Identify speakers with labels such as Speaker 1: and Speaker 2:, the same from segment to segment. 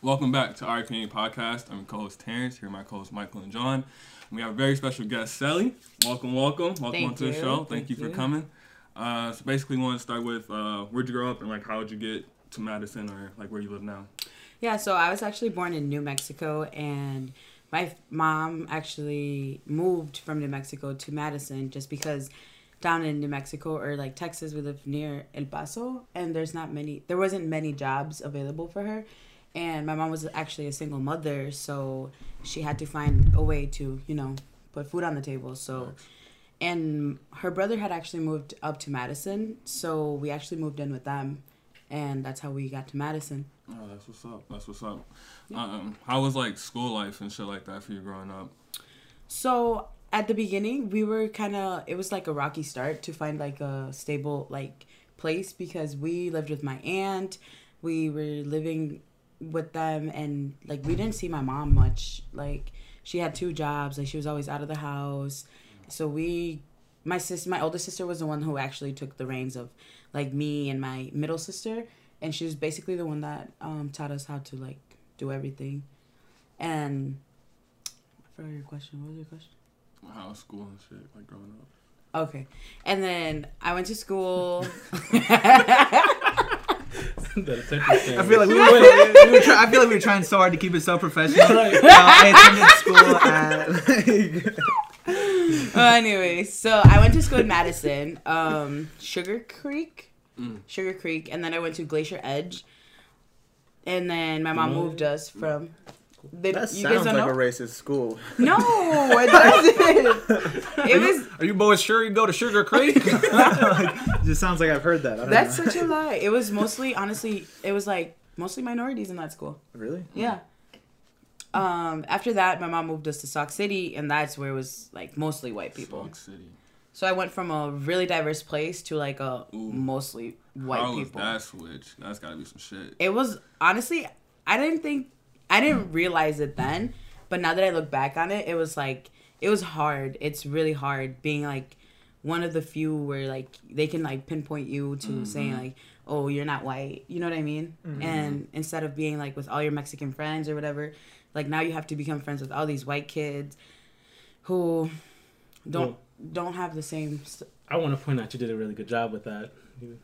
Speaker 1: Welcome back to Our Canadian Podcast. I'm your co-host Terrence. Here are my co-hosts Michael and John. And we have a very special guest, Sally. Welcome, welcome, welcome
Speaker 2: Thank
Speaker 1: onto the
Speaker 2: you.
Speaker 1: show. Thank,
Speaker 2: Thank
Speaker 1: you for
Speaker 2: you.
Speaker 1: coming. Uh, so basically, we want to start with uh, where'd you grow up and like how did you get to Madison or like where you live now?
Speaker 2: Yeah, so I was actually born in New Mexico, and my f- mom actually moved from New Mexico to Madison just because down in New Mexico or like Texas, we live near El Paso, and there's not many, there wasn't many jobs available for her. And my mom was actually a single mother, so she had to find a way to, you know, put food on the table.
Speaker 3: Oh.
Speaker 2: So, and her brother had actually moved up to Madison, so we actually moved in with them, and that's how we got to Madison.
Speaker 1: Oh, that's what's up. That's what's up. Um, how was like school life and shit like that for you growing up?
Speaker 2: So at the beginning, we were kind of it was like a rocky start to find like a stable like place because we lived with my aunt. We were living with them and like we didn't see my mom much. Like she had two jobs, like she was always out of the house. So we my sis my older sister was the one who actually took the reins of like me and my middle sister and she was basically the one that um taught us how to like do everything. And I forgot your question. What was your question?
Speaker 1: How was school and shit like growing up?
Speaker 2: Okay. And then I went to school.
Speaker 3: I feel like we were, we were try- I feel like we were trying so hard to keep it so professional. You know, I attended school at like,
Speaker 2: well, anyway, so I went to school in Madison, um, Sugar Creek, Sugar Creek, and then I went to Glacier Edge. And then my mom moved us from. They- you
Speaker 3: that
Speaker 2: guys
Speaker 3: sounds
Speaker 2: don't
Speaker 3: like a
Speaker 2: know?
Speaker 3: racist school.
Speaker 2: no, it doesn't. it was
Speaker 4: Are you boys sure you go to Sugar Creek?
Speaker 3: It just sounds like I've heard that. I don't
Speaker 2: that's
Speaker 3: know.
Speaker 2: such a lie. It was mostly, honestly, it was like mostly minorities in that school.
Speaker 3: really
Speaker 2: Yeah. Um, after that, my mom moved us to Sauk City, and that's where it was like mostly white people.
Speaker 1: Salt City.
Speaker 2: So I went from a really diverse place to like a mostly white
Speaker 1: How was
Speaker 2: people.
Speaker 1: that switch? That's gotta be some shit.
Speaker 2: It was honestly, I didn't think, I didn't realize it then, but now that I look back on it, it was like, it was hard. It's really hard being like one of the few where like they can like pinpoint you to saying
Speaker 1: Mm-hmm.
Speaker 2: like, oh, you're not white. You know what I mean? And instead of being like with all your Mexican friends or whatever, like now you have to become friends with all these white kids who don't. don't have the same s-
Speaker 4: I want to point out you did a really good job with that. You,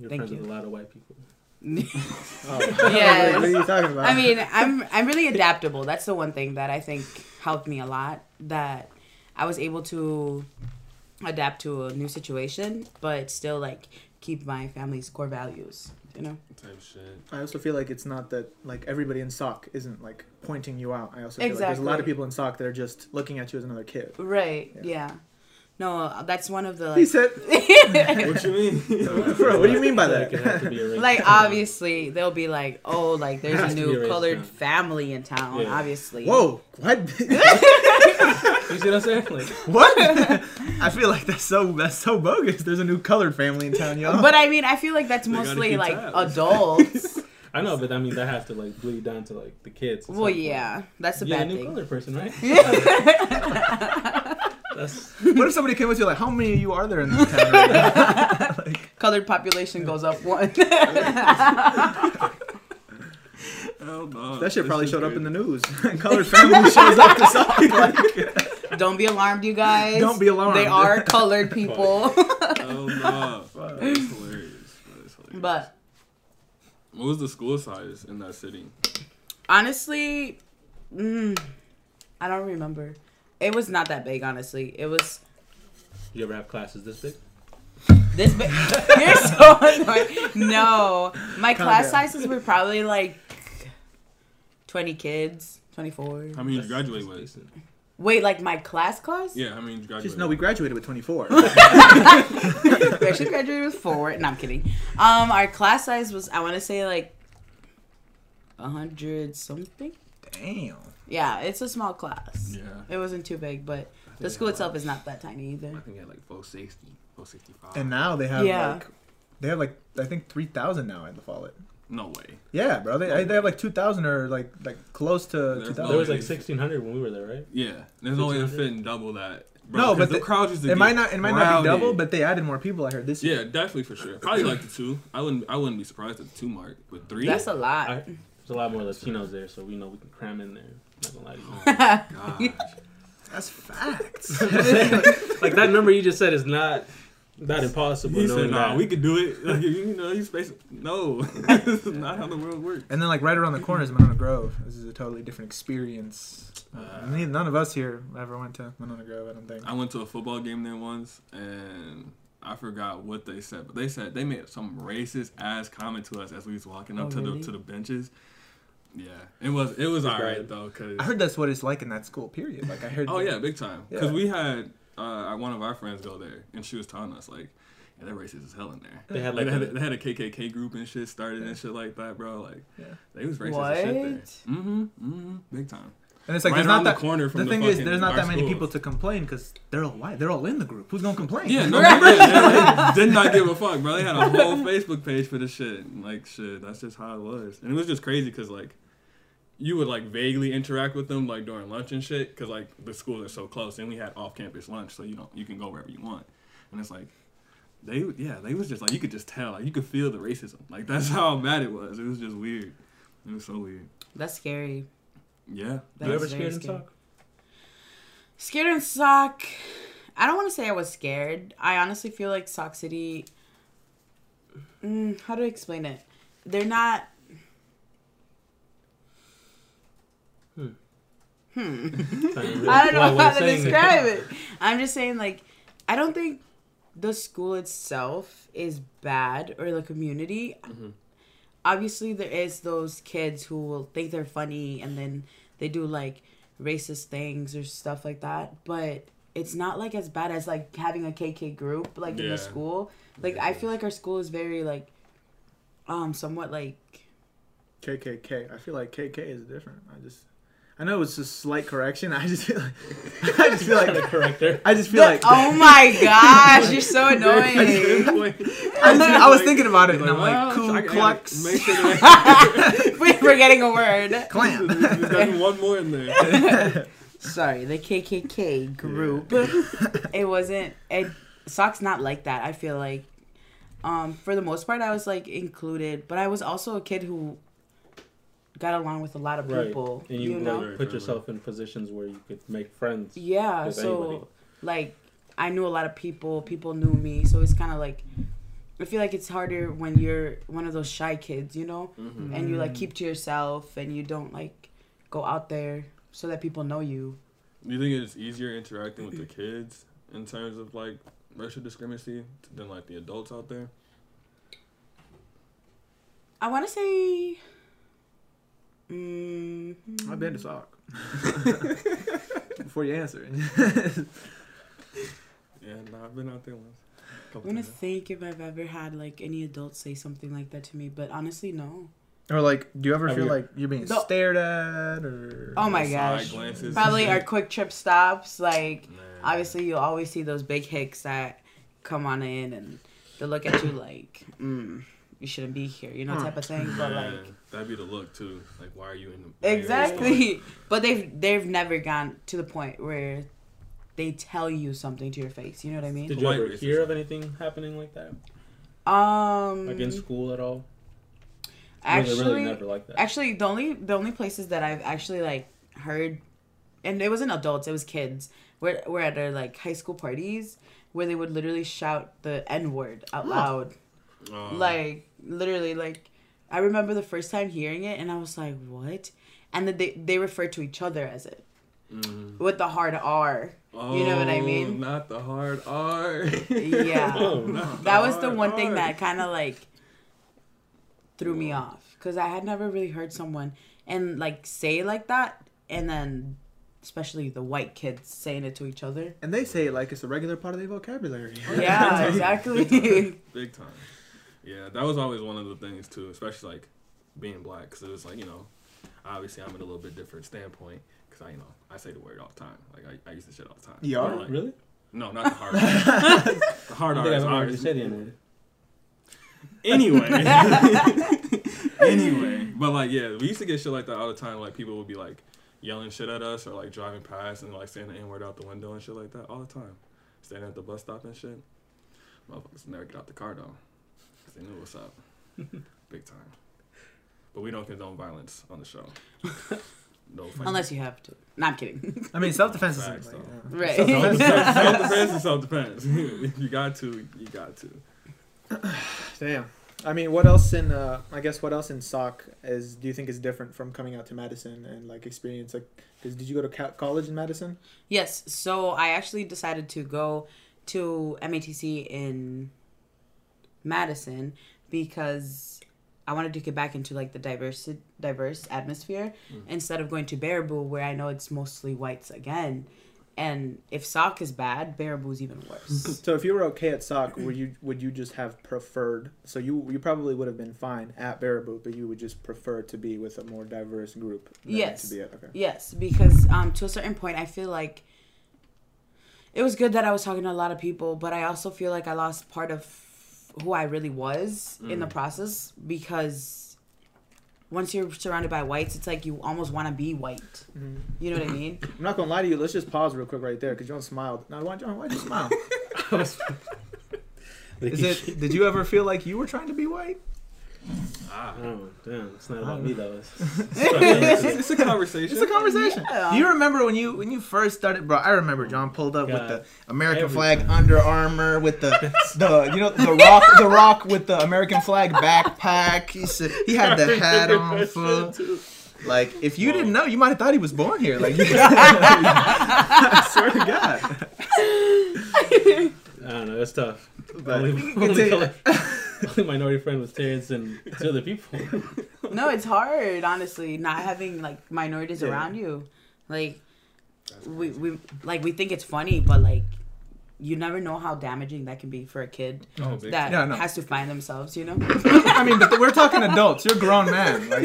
Speaker 4: you're
Speaker 2: Thank
Speaker 4: friends
Speaker 2: you.
Speaker 4: with a lot of white people.
Speaker 3: What are
Speaker 2: yes.
Speaker 3: you talking about?
Speaker 2: I mean, I'm I'm really adaptable. That's the one thing that I think helped me a lot. That I was able to adapt to a new situation, but still like keep my family's core values. You know,
Speaker 1: Type shit.
Speaker 3: I also feel like it's not that like everybody in sock isn't like pointing you out. I also feel like there's a lot
Speaker 2: Exactly.
Speaker 3: of people in sock that are just looking at you as another kid.
Speaker 2: right? Yeah. No, that's one of the
Speaker 3: He
Speaker 2: like,
Speaker 3: said,
Speaker 1: What you mean?
Speaker 3: "Bro, what do you mean by
Speaker 4: Like, it had
Speaker 3: that?"
Speaker 4: to be a race.
Speaker 2: like obviously they'll be like, oh, like there's
Speaker 4: Has
Speaker 2: a
Speaker 4: to be
Speaker 2: new
Speaker 4: raised
Speaker 2: colored
Speaker 4: down.
Speaker 2: family in town.
Speaker 4: Yeah.
Speaker 2: Obviously.
Speaker 3: Whoa, what?
Speaker 4: you see what I'm saying? Like,
Speaker 3: what? I feel like that's so that's so bogus. There's a new colored family in town, y'all.
Speaker 2: But I mean, I feel like that's
Speaker 1: gotta
Speaker 2: mostly
Speaker 1: keep
Speaker 2: like
Speaker 1: tabs.
Speaker 2: adults.
Speaker 4: I know, but I mean that has to like bleed down to like the kids. at
Speaker 2: well,
Speaker 4: some point.
Speaker 2: yeah, that's a
Speaker 4: You're a
Speaker 2: bad
Speaker 4: new
Speaker 2: thing.
Speaker 4: colored person, right? That's
Speaker 3: what if somebody came with you like, how many of you are there in this town? right now?"
Speaker 2: Colored population goes up one.
Speaker 1: Hell no.
Speaker 3: That shit
Speaker 1: This
Speaker 3: probably
Speaker 1: is
Speaker 3: showed up
Speaker 1: crazy.
Speaker 3: in the news. Colored family shows up to sock. Like,
Speaker 2: Don't be alarmed, you guys.
Speaker 3: Don't be alarmed.
Speaker 2: They are colored people.
Speaker 1: Hell no. That's hilarious. That's hilarious.
Speaker 2: but
Speaker 1: What was the school size in that city?
Speaker 2: honestly, mm, I don't remember. It was not that big, honestly. It was
Speaker 4: you ever have classes this big?
Speaker 2: this big. You're so annoying. No, my class
Speaker 3: down.
Speaker 2: sizes were probably like 20 kids, 24.
Speaker 3: Um,
Speaker 1: How many did you
Speaker 4: That's-
Speaker 1: graduate
Speaker 4: that's
Speaker 1: with?
Speaker 4: decent.
Speaker 2: Wait, like my class class?
Speaker 1: Yeah, how many did you graduate
Speaker 3: Just no, we
Speaker 1: with?
Speaker 3: graduated with 24.
Speaker 2: We actually graduated with four. No, I'm kidding. Um, our class size was, I want to say like 100 something.
Speaker 3: Damn.
Speaker 2: Yeah, it's a small class.
Speaker 1: Yeah.
Speaker 2: It wasn't too big, but the
Speaker 1: they
Speaker 2: school
Speaker 1: had
Speaker 2: itself is not that tiny
Speaker 1: I
Speaker 2: either.
Speaker 1: think I had like 460, 465.
Speaker 3: And now they have
Speaker 2: Yeah.
Speaker 3: like, they have like I think 3,000 now at the Follett.
Speaker 1: no way.
Speaker 3: Yeah, bro. They, they have like 2,000 or like like close to
Speaker 1: There's
Speaker 3: 2,000.
Speaker 4: There was like 1600 when we were there, right?
Speaker 1: Yeah. There's only a
Speaker 4: 1500?
Speaker 1: fit in double that.
Speaker 3: No,
Speaker 1: 'cause
Speaker 3: but
Speaker 1: the,
Speaker 3: the-
Speaker 1: crowd used to
Speaker 3: It
Speaker 1: get
Speaker 3: might not. It might not be
Speaker 1: crowded.
Speaker 3: double, but they added more people. I heard this year.
Speaker 1: Yeah, definitely for sure. Probably like the two. I wouldn't. I wouldn't be surprised at the two mark, but three.
Speaker 2: That's a lot.
Speaker 4: I, There's a lot more Latinos there, so we know we can cram in there. Not gonna lie to you.
Speaker 5: Gosh. That's facts.
Speaker 4: like that number you just said is not not impossible.
Speaker 1: He
Speaker 4: knowing
Speaker 1: said, "Nah,
Speaker 4: that.
Speaker 1: we could do it." Like, you know, he's basically no. this is not how the world works.
Speaker 5: and then like right around the corner is Monona Grove. This is a totally different experience. Uh, neither- none of us here ever went to Monona Grove. I don't think.
Speaker 1: I went to a football game there once, and I forgot what they said, but they said they made some racist ass comment to us as we was walking up
Speaker 2: Oh,
Speaker 1: to
Speaker 2: really?
Speaker 1: the to the benches. Yeah, it was it was all right
Speaker 4: bad.
Speaker 1: though, cause
Speaker 5: I heard that's what it's like in that school. Period. Like I heard.
Speaker 1: oh yeah, big time, cause
Speaker 5: Yeah.
Speaker 1: we had uh, one of our friends go there, and she was telling us like, yeah, they're racist as hell in there.
Speaker 4: they had
Speaker 1: Like
Speaker 4: like
Speaker 1: they had, a,
Speaker 4: a,
Speaker 1: they had a KKK group and shit started and shit like that, bro. Like
Speaker 5: Yeah.
Speaker 1: they was racist as shit there.
Speaker 2: What?
Speaker 1: Mm-hmm, mm-hmm, big time.
Speaker 5: And it's like
Speaker 1: right
Speaker 5: there's
Speaker 1: around
Speaker 5: not that.
Speaker 1: the corner from
Speaker 5: The
Speaker 1: the
Speaker 5: thing is,
Speaker 1: fucking-
Speaker 5: there's not
Speaker 1: our
Speaker 5: that many
Speaker 1: schools.
Speaker 5: people to complain because they're all white. They're all in the group. Who's gonna complain?
Speaker 1: Yeah, no, they yeah, they did not give a fuck, bro. They had a whole Facebook page for this shit. And, Like, shit, that's just how it was. And it was just crazy because, like, you would, like, vaguely interact with them, like, during lunch and shit because, like, the schools are so close. And we had off campus lunch, so you don't, you can go wherever you want. And it's like, they, yeah, they was just like, you could just tell. Like, you could feel the racism. Like, that's how bad it was. It was just weird. It was so weird.
Speaker 2: That's scary.
Speaker 1: Yeah.
Speaker 2: That's
Speaker 4: you ever
Speaker 2: very
Speaker 4: scared in
Speaker 2: scary.
Speaker 4: talk?
Speaker 2: Scared and sock. I don't want to say I was scared. I honestly feel like Sock City. Mm, how do I explain it? They're not. Hmm. I don't know how to describe it. I'm just saying, like, I don't think the school itself is bad or the community. Obviously, there is those kids who will think they're funny and then they do like racist things or stuff like that. But it's not like as bad as like having a KK group like in
Speaker 1: Yeah.
Speaker 2: the school. Like, I feel like our school is very like, um, somewhat like
Speaker 5: KKK. I feel like KK is different. I just, I know it's a slight correction. I just feel like, I just feel
Speaker 4: The
Speaker 5: like,
Speaker 4: corrector.
Speaker 5: I just feel like.
Speaker 2: oh my gosh, you're so
Speaker 1: I just
Speaker 2: annoying.
Speaker 5: I, just- I was thinking about it,
Speaker 1: Like,
Speaker 5: and I'm
Speaker 1: well,
Speaker 5: like, Ku
Speaker 1: I gotta
Speaker 5: Klux
Speaker 1: Make sure that
Speaker 2: We're forgetting a word.
Speaker 5: Klan.
Speaker 1: there's gotta be one more in there.
Speaker 2: Sorry, the KKK group. it wasn't. It socks not like that. I feel like, um, for the most part, I was like included, but I was also a kid who got along with a lot of
Speaker 4: Right.
Speaker 2: people.
Speaker 4: And
Speaker 2: you,
Speaker 4: you,
Speaker 2: know.
Speaker 4: like, put yourself in positions where you could make friends.
Speaker 2: Yeah,
Speaker 4: with
Speaker 2: so
Speaker 4: anybody.
Speaker 2: like I knew a lot of people, people knew me, so it's kind of like I feel like it's harder when you're one of those shy kids, you know,
Speaker 4: Mm-hmm.
Speaker 2: and you
Speaker 4: Mm.
Speaker 2: like keep to yourself and you don't like go out there so that people know you.
Speaker 1: Do you think it's easier interacting with the kids in terms of like racial discriminacy than like the adults out there?
Speaker 2: I want to say mm,
Speaker 5: I've been to sock. Before you answer,
Speaker 1: Yeah, no, I've been out there once.
Speaker 2: I'm gonna think if I've ever had like any adult say something like that to me, but honestly, no.
Speaker 5: or like, do you ever
Speaker 4: Have
Speaker 5: feel
Speaker 4: you-
Speaker 5: like you're being
Speaker 2: No.
Speaker 5: stared at, or
Speaker 2: Oh my
Speaker 1: Side
Speaker 2: gosh!
Speaker 1: glances.
Speaker 2: Probably our quick trip stops, like
Speaker 1: Man.
Speaker 2: obviously you always see those big hicks that come on in and they look at you like mm, you shouldn't be here you know type of thing but
Speaker 1: Yeah,
Speaker 2: like
Speaker 1: that'd be the look too. Like, why are you in the why are you in the store?
Speaker 2: exactly but they've they've never gone to the point where they tell you something to your face you know what i mean
Speaker 4: Did you
Speaker 1: White
Speaker 4: ever
Speaker 1: racism.
Speaker 4: hear of anything happening like that?
Speaker 2: Mm-hmm. um
Speaker 4: Like in school at all?
Speaker 2: actually
Speaker 4: really, really never like that.
Speaker 2: actually the only the only places that i've actually like heard and it wasn't adults it was kids we're, we're at our like high school parties where they would literally shout the n word out loud
Speaker 1: Uh,
Speaker 2: like literally like i remember the first time hearing it and i was like what and then they they refer to each other as it
Speaker 4: Mm-hmm.
Speaker 2: with the hard r you know what i
Speaker 1: oh,
Speaker 2: mean
Speaker 1: Not the hard R.
Speaker 2: yeah
Speaker 4: Oh, no.
Speaker 2: that was the
Speaker 1: hard
Speaker 2: one thing
Speaker 1: R.
Speaker 2: that kind of like threw me off because i had never really heard someone and like say it like that and then especially the white kids saying it to each other
Speaker 5: And they say it like it's a regular part of their vocabulary.
Speaker 2: yeah exactly
Speaker 1: Big time. Yeah, that was always one of the things too, especially like being black, because it was like you know, obviously I'm in a little bit different standpoint, because I you know I say the word all the time, like I, I use the shit all the time.
Speaker 5: You are?
Speaker 1: Like,
Speaker 4: really?
Speaker 1: No, not the hard R. the hard
Speaker 4: I
Speaker 1: R
Speaker 4: think
Speaker 1: is
Speaker 4: I've already
Speaker 1: ours.
Speaker 4: said the N-word.
Speaker 1: Anyway, anyway, but like yeah, we used to get shit like that all the time. Like people would be like yelling shit at us or like driving past and like saying the n word out the window and shit like that all the time. Standing at the bus stop and shit. Motherfuckers never get out the car though, 'cause they knew what's up, big time. but we don't condone violence on the show. no, offense.
Speaker 2: Unless you have to. No, I'm kidding.
Speaker 5: I mean, self defense is
Speaker 1: Facts,
Speaker 5: like,
Speaker 1: though.
Speaker 5: yeah.
Speaker 2: right.
Speaker 1: self defense is self defense. you got to, you got to.
Speaker 3: Damn. I mean, what else in uh, I guess what else in soc is do you think is different from coming out to Madison and like experience like cuz did you go to co- college in Madison?
Speaker 2: Yes, so I actually decided to go to MATC in Madison because I wanted to get back into like the diverse diverse atmosphere instead of going to Baraboo where I know it's mostly whites again. And if sock is bad, Baraboo's even worse.
Speaker 3: So if you were okay at soc, would you would you just have preferred? So you you probably would have been fine at Baraboo, but you would just prefer to be with a more diverse group. than
Speaker 2: Yes.
Speaker 3: To be at, okay.
Speaker 2: yes, because um to a certain point I feel like it was good that I was talking to a lot of people, but I also feel like I lost part of who I really was in the
Speaker 5: Mm.
Speaker 2: process because once you're surrounded by whites, it's like you almost want to be white.
Speaker 5: Mm-hmm.
Speaker 2: You know what I mean?
Speaker 3: I'm not gonna lie to you. Let's just pause real quick right there because John smiled. Now, why John? Why'd you smile?
Speaker 5: Is it? Did you ever feel like you were trying to be white?
Speaker 1: Ah,
Speaker 4: Oh, damn. It's not about me, though. It's-
Speaker 1: it's, it's a conversation.
Speaker 5: It's a conversation.
Speaker 2: Yeah.
Speaker 5: Do you remember when you when you first started, bro? I remember John pulled up with
Speaker 4: God.
Speaker 5: the American
Speaker 4: Every
Speaker 5: flag,
Speaker 4: time.
Speaker 5: Under Armour, with the the you know the rock the rock with the American flag backpack. He said he had the hat on. Full. Like if you didn't know, you might have thought he was born here. Like I swear to God.
Speaker 4: I don't know. It's tough.
Speaker 5: But
Speaker 4: only, only, color- only minority friend was Terrence and two other people.
Speaker 2: no, it's hard, honestly, not having like minorities around you. Like we, we like we think it's funny, but like you never know how damaging that can be for a kid
Speaker 1: Oh, big
Speaker 2: that
Speaker 5: Yeah, I know.
Speaker 2: has to find themselves, you know?
Speaker 5: I mean, but we're talking adults. You're a grown man. Like,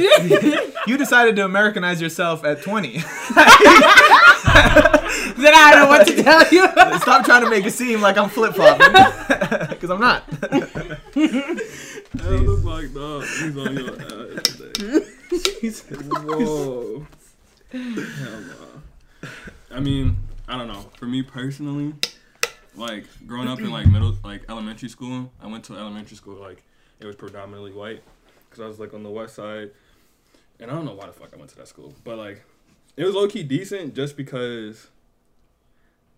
Speaker 5: you decided to Americanize yourself at 20.
Speaker 2: then I don't know what to tell you.
Speaker 5: Stop trying to make it seem like I'm flip flopping, because I'm not.
Speaker 1: Hell the fuck, dog. He's on your ass today. Whoa. Hell no. I mean, I don't know. For me personally, like growing up in like middle, like elementary school, I went to elementary school like it was predominantly white because I was like on the west side, and I don't know why the fuck I went to that school, but like it was low key decent just because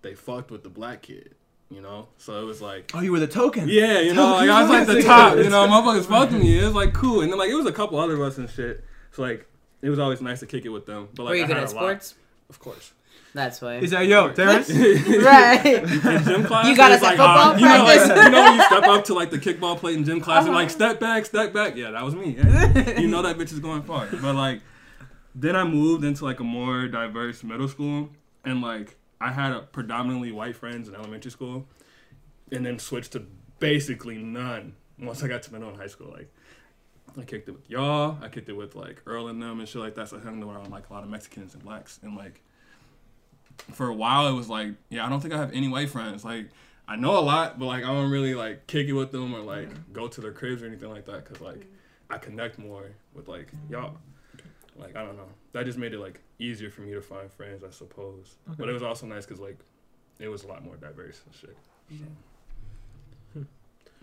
Speaker 1: they fucked with the black kid, you know. So it was like
Speaker 5: Oh, you were the token.
Speaker 1: yeah, you know, like, I was like the top, you know, motherfuckers fucked me. It was like cool, and then like it was a couple other of us and shit. So like it was always nice to kick it with them. But like
Speaker 2: Were you
Speaker 1: I
Speaker 2: good
Speaker 1: had
Speaker 2: at
Speaker 1: a lot-
Speaker 2: sports?
Speaker 1: of course.
Speaker 2: That's why.
Speaker 5: He's like, yo, Terrence.
Speaker 2: right.
Speaker 1: In gym class,
Speaker 2: You got
Speaker 1: it
Speaker 2: us
Speaker 1: was,
Speaker 2: at football
Speaker 1: you know, like,
Speaker 2: practice. Uh-huh.
Speaker 1: you know, when you step up to like the kickball plate in gym class and like step back, step back. Yeah, that was me. Yeah. you know that bitch is going far. But like, then I moved into like a more diverse middle school, and like I had a predominantly white friends in elementary school, and then switched to basically none once I got to middle and high school. Like, I kicked it with y'all. I kicked it with like Earl and them and shit like that. So I hung around like a lot of Mexicans and blacks. And like for a while, it was like, yeah, I don't think I have any white friends. Like I know a lot, but like I don't really like kick it with them or like go to their cribs or anything like that. Cause like I connect more with like y'all. Like I don't know. That just made it like easier for me to find friends, I suppose. But it was also nice because like it was a lot more diverse and shit.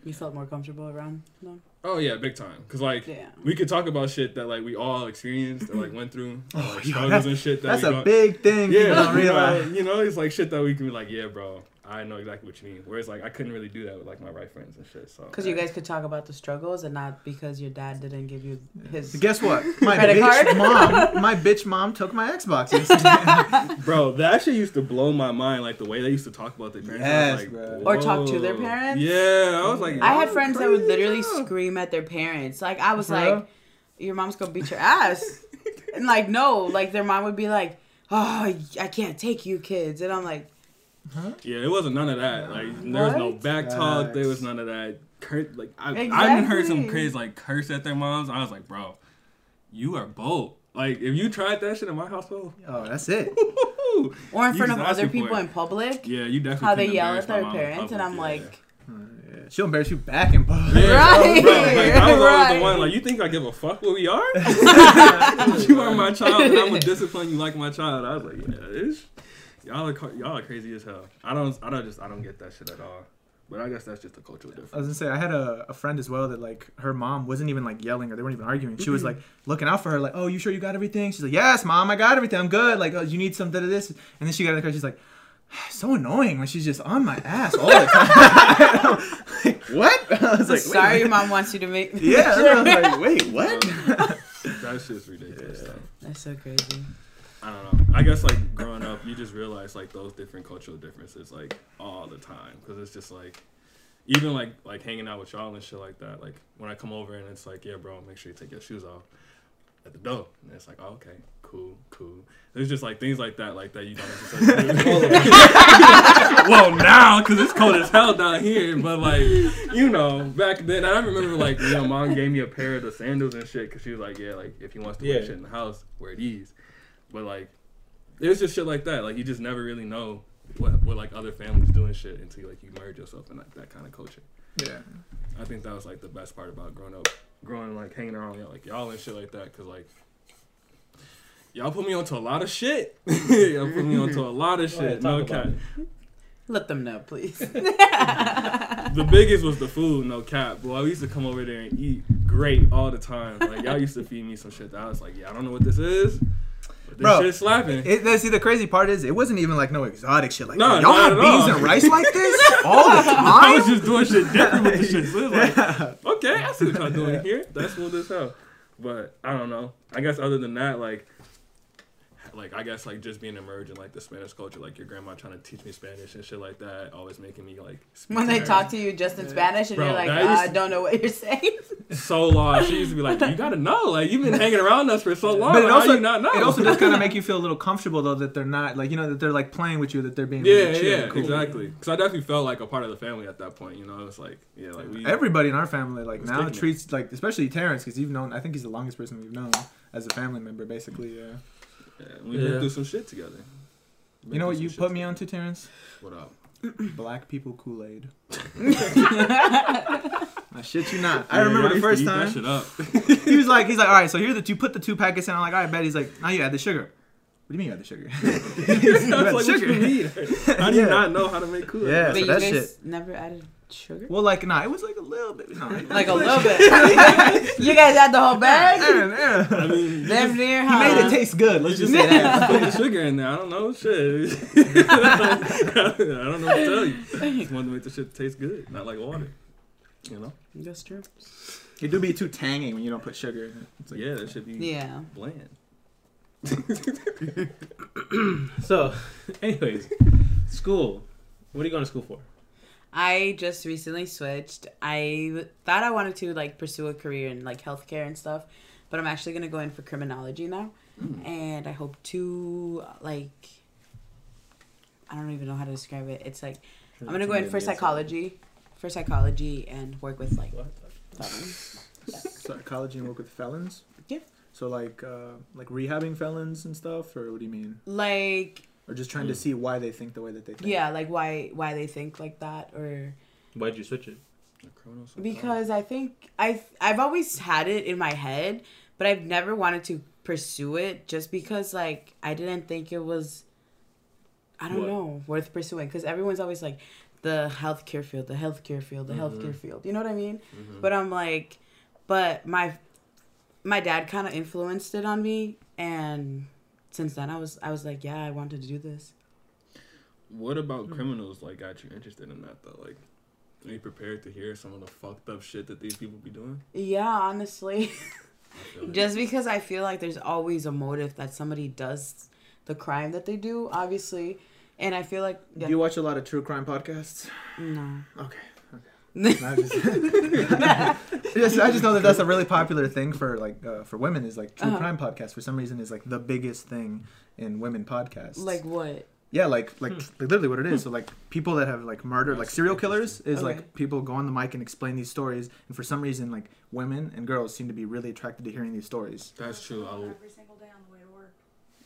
Speaker 2: You felt more comfortable around them?
Speaker 1: Oh yeah, big time. Cause like
Speaker 2: Yeah.
Speaker 1: we could talk about shit that like we all experienced and like went through, and, like,
Speaker 5: Oh, yeah,
Speaker 1: struggles
Speaker 5: that's-
Speaker 1: and shit that
Speaker 5: That's
Speaker 1: we
Speaker 5: a
Speaker 1: go-
Speaker 5: big thing
Speaker 1: Yeah,
Speaker 5: people don't
Speaker 1: you know,
Speaker 5: realize.
Speaker 1: you know, it's like shit that we can be like, yeah, bro, I know exactly what you mean. Whereas like I couldn't really do that with like my right friends and shit. So
Speaker 2: Because you guys could talk about the struggles and not because your dad didn't give you his.
Speaker 5: So guess what? My
Speaker 2: Credit
Speaker 5: bitch
Speaker 2: card?
Speaker 5: mom, my bitch mom took my Xbox. yesterday.
Speaker 1: bro, that shit used to blow my mind. Like the way they used to talk about their parents. I was
Speaker 5: Yes, bro.
Speaker 1: like,
Speaker 2: Or talk to their
Speaker 1: whoa.
Speaker 2: parents?
Speaker 1: Yeah, I was like,
Speaker 2: I had
Speaker 1: yo,
Speaker 2: friends that would
Speaker 1: crazy
Speaker 2: literally
Speaker 1: dog.
Speaker 2: scream at their parents. Like, I was
Speaker 5: For
Speaker 2: like,
Speaker 5: real?
Speaker 2: your mom's gonna beat your ass. and, like, no. Like, their mom would be like, oh, I can't take you kids. And I'm like,
Speaker 1: Yeah, it wasn't none of that. Like there was no
Speaker 2: What?
Speaker 1: back talk. There was
Speaker 5: Facts.
Speaker 1: none of that. Cur- like I, I even heard some
Speaker 2: Exactly.
Speaker 1: kids like curse at their moms. I was like, bro, you are bold. Like if you tried that shit in my household,
Speaker 5: oh, that's it.
Speaker 1: woo-hoo.
Speaker 2: or in
Speaker 1: You
Speaker 2: front
Speaker 1: just
Speaker 2: of
Speaker 1: asking
Speaker 2: other
Speaker 1: for
Speaker 2: people
Speaker 1: it.
Speaker 2: in public,
Speaker 1: yeah, you definitely
Speaker 2: how they
Speaker 1: couldn't
Speaker 2: yell
Speaker 1: embarrass
Speaker 2: at
Speaker 1: my
Speaker 2: their
Speaker 1: mom in
Speaker 2: parents. And
Speaker 1: public,
Speaker 2: I'm
Speaker 1: yeah.
Speaker 2: like,
Speaker 5: Yeah, She'll embarrass you back in public.
Speaker 1: Yeah,
Speaker 2: Right,
Speaker 1: bro, like, I was always
Speaker 2: right.
Speaker 1: the one like, you think I give a fuck what we are? you are my child, and I'm gonna discipline you like my child. I was like, yeah, it's, y'all are ca- y'all are crazy as hell. I don't, I don't just, I don't get that shit at all. But I guess that's just a cultural difference.
Speaker 3: I was gonna say I had a, a friend as well that like her mom wasn't even like yelling or they weren't even arguing. She was like looking out for her, like, "Oh, you sure you got everything?" She's like, "Yes, mom, I got everything. I'm good." Like, "Oh, you need some da da this," and then she got in the car. She's like, "So annoying when she's just on my ass all the time." like, what? I was like, "Wait a
Speaker 2: Sorry, your
Speaker 3: minute."
Speaker 2: mom wants you to make.
Speaker 3: Yeah, I was like, wait, what?
Speaker 1: That's just ridiculous. though.
Speaker 2: That's so crazy.
Speaker 1: I don't know. I guess like growing up, you just realize like those different cultural differences like all the time because it's just like even like like hanging out with y'all and shit like that. Like when I come over and it's like, yeah, bro, make sure you take your shoes off at the door. And it's like, oh, okay, cool, cool. There's just like things like that, like that you don't necessarily. do. well, now because it's cold as hell down here, but like you know, back then I remember like you know, mom gave me a pair of the sandals and shit because she was like, yeah, like if he wants to wear
Speaker 4: Yeah.
Speaker 1: shit in the house, wear these. But like, there's just shit like that. Like you just never really know what what like other families do and shit until like you merge yourself in like that kind of culture.
Speaker 3: Yeah.
Speaker 1: I think that was like the best part about growing up, growing like hanging around with, like y'all and shit like that, cause like y'all put me onto a lot of shit. y'all put me onto a lot of
Speaker 4: Go ahead,
Speaker 1: shit.
Speaker 4: talk
Speaker 1: No
Speaker 4: about
Speaker 1: cap.
Speaker 4: it.
Speaker 2: Let them know, please.
Speaker 1: The biggest was the food. No cap. Boy, we used to come over there and eat great all the time. Like y'all used to feed me some shit that I was like, yeah, I don't know what this is, but this
Speaker 5: Bro,
Speaker 1: shit's slapping.
Speaker 5: It, then, see, the crazy part is, it wasn't even like no exotic shit. Like,
Speaker 1: No,
Speaker 5: y'all
Speaker 1: not
Speaker 5: have
Speaker 1: at
Speaker 5: beans
Speaker 1: all.
Speaker 5: and rice like this all the
Speaker 1: I was
Speaker 5: time.
Speaker 1: just doing shit different with the shit. So it was like, okay, I see what y'all doing here. That's cool as hell. But I don't know. I guess other than that, like, like I guess like just being immersed in like the Spanish culture, like your grandma trying to teach me Spanish and shit like that, always making me like. Speak
Speaker 2: when
Speaker 1: to
Speaker 2: they
Speaker 1: her.
Speaker 2: talk to you just in Spanish and
Speaker 1: Bro,
Speaker 2: you're like,
Speaker 1: that
Speaker 2: "Uh,
Speaker 1: is-
Speaker 2: I don't know what you're saying.
Speaker 1: so long, she used to be like, "You gotta know, like you've been hanging around us for so long,
Speaker 3: But it
Speaker 1: how
Speaker 3: also
Speaker 1: you not know?"
Speaker 3: it also does kind of make you feel a little comfortable though that they're not like you know that they're like playing with you that they're being
Speaker 1: yeah,
Speaker 3: really chill
Speaker 1: yeah,
Speaker 3: and cool.
Speaker 1: exactly. Because I definitely felt like a part of the family at that point. You know, it was like, yeah, like we
Speaker 3: Everybody in our family like
Speaker 1: Who's
Speaker 3: now
Speaker 1: taking it?
Speaker 3: treats like especially Terrence because you've known I think he's the longest person we've known as a family member basically. Yeah.
Speaker 1: yeah, we went
Speaker 4: Yeah.
Speaker 1: through some shit together.
Speaker 3: You know what
Speaker 1: Been
Speaker 3: you
Speaker 1: through some
Speaker 3: put me
Speaker 1: shit
Speaker 3: onto Terrence?
Speaker 1: together. What up?
Speaker 3: Black people Kool Aid. I shit you not. I
Speaker 1: Yeah,
Speaker 3: remember
Speaker 1: y'all
Speaker 3: the
Speaker 1: used to
Speaker 3: first
Speaker 1: eat that
Speaker 3: time
Speaker 1: shit up.
Speaker 3: he was like, he's like, all right, so here that you put the two packets in. I'm like, all right, bet. He's like, now you add the sugar. What do you mean you add the sugar? You
Speaker 1: I
Speaker 3: add
Speaker 1: was like,
Speaker 3: sugar.
Speaker 1: what you mean? How do
Speaker 3: Yeah.
Speaker 1: you not know how to make Kool-Aid?
Speaker 5: Yeah.
Speaker 2: but
Speaker 5: so
Speaker 2: you
Speaker 5: that
Speaker 2: guys
Speaker 5: shit-
Speaker 2: never added sugar?
Speaker 3: Well, like, nah, it was like a little bit. No, it-
Speaker 2: Like a little bit. you guys had the whole bag?
Speaker 3: Yeah, yeah.
Speaker 1: I mean,
Speaker 2: Damn near,
Speaker 3: He
Speaker 2: huh?
Speaker 3: made it taste good. Let's just say that.
Speaker 1: put the sugar in there. I don't know shit. I don't know what to tell you. Just wanted to make the shit taste good, not like water. You know?
Speaker 2: That's true.
Speaker 3: It do be too tangy when you don't put sugar. in it. It's like,
Speaker 1: yeah, that should be
Speaker 2: Yeah.
Speaker 1: bland.
Speaker 4: So, anyways, school. What are you going to school for?
Speaker 2: I just recently switched. I w- thought I wanted to like pursue a career in like healthcare and stuff, but I'm actually gonna go in for criminology now, and I hope to like. I don't even know how to describe it. It's like I'm gonna go in for psychology, for psychology, and work with like
Speaker 4: What?
Speaker 2: felons.
Speaker 3: psychology and work with felons.
Speaker 2: Yeah.
Speaker 3: So like, uh, like rehabbing felons and stuff, or what do you mean?
Speaker 2: Like
Speaker 3: Or just trying to see why they think the way that they think.
Speaker 2: yeah, like why why they think like that or
Speaker 4: Why'd you switch it?
Speaker 1: A criminal sometimes.
Speaker 2: because I think I I've always had it in my head, but I've never wanted to pursue it just because like I didn't think it was I don't
Speaker 4: What?
Speaker 2: know worth pursuing because everyone's always like the healthcare field, the healthcare field, the healthcare field. You know what I mean?
Speaker 1: Mm-hmm.
Speaker 2: But I'm like but my my dad kind of influenced it on me and since then I was I was like, yeah, I wanted to do this.
Speaker 1: What about criminals like got you interested in that though? Like are you prepared to hear some of the fucked up shit that these people be doing?
Speaker 2: Yeah, honestly.
Speaker 1: I feel like-
Speaker 2: Just because I feel like there's always a motive that somebody does the crime that they do, obviously. And I feel like
Speaker 3: Do you watch a lot of true crime podcasts?
Speaker 2: no.
Speaker 3: Okay. okay. I just, Yes, I just know that that's a really popular thing for like uh, for women is like true
Speaker 2: Uh-huh.
Speaker 3: crime podcasts. For some reason, is like the biggest thing in women podcasts.
Speaker 2: Like what?
Speaker 3: yeah, like
Speaker 2: Hmm.
Speaker 3: like literally what it is. So like people that have like murdered, like serial killers, is
Speaker 2: Okay.
Speaker 3: like people go on the mic and explain these stories. And for some reason, like women and girls seem to be really attracted to hearing these stories.
Speaker 1: That's true. I,
Speaker 6: Every single day on the way to work.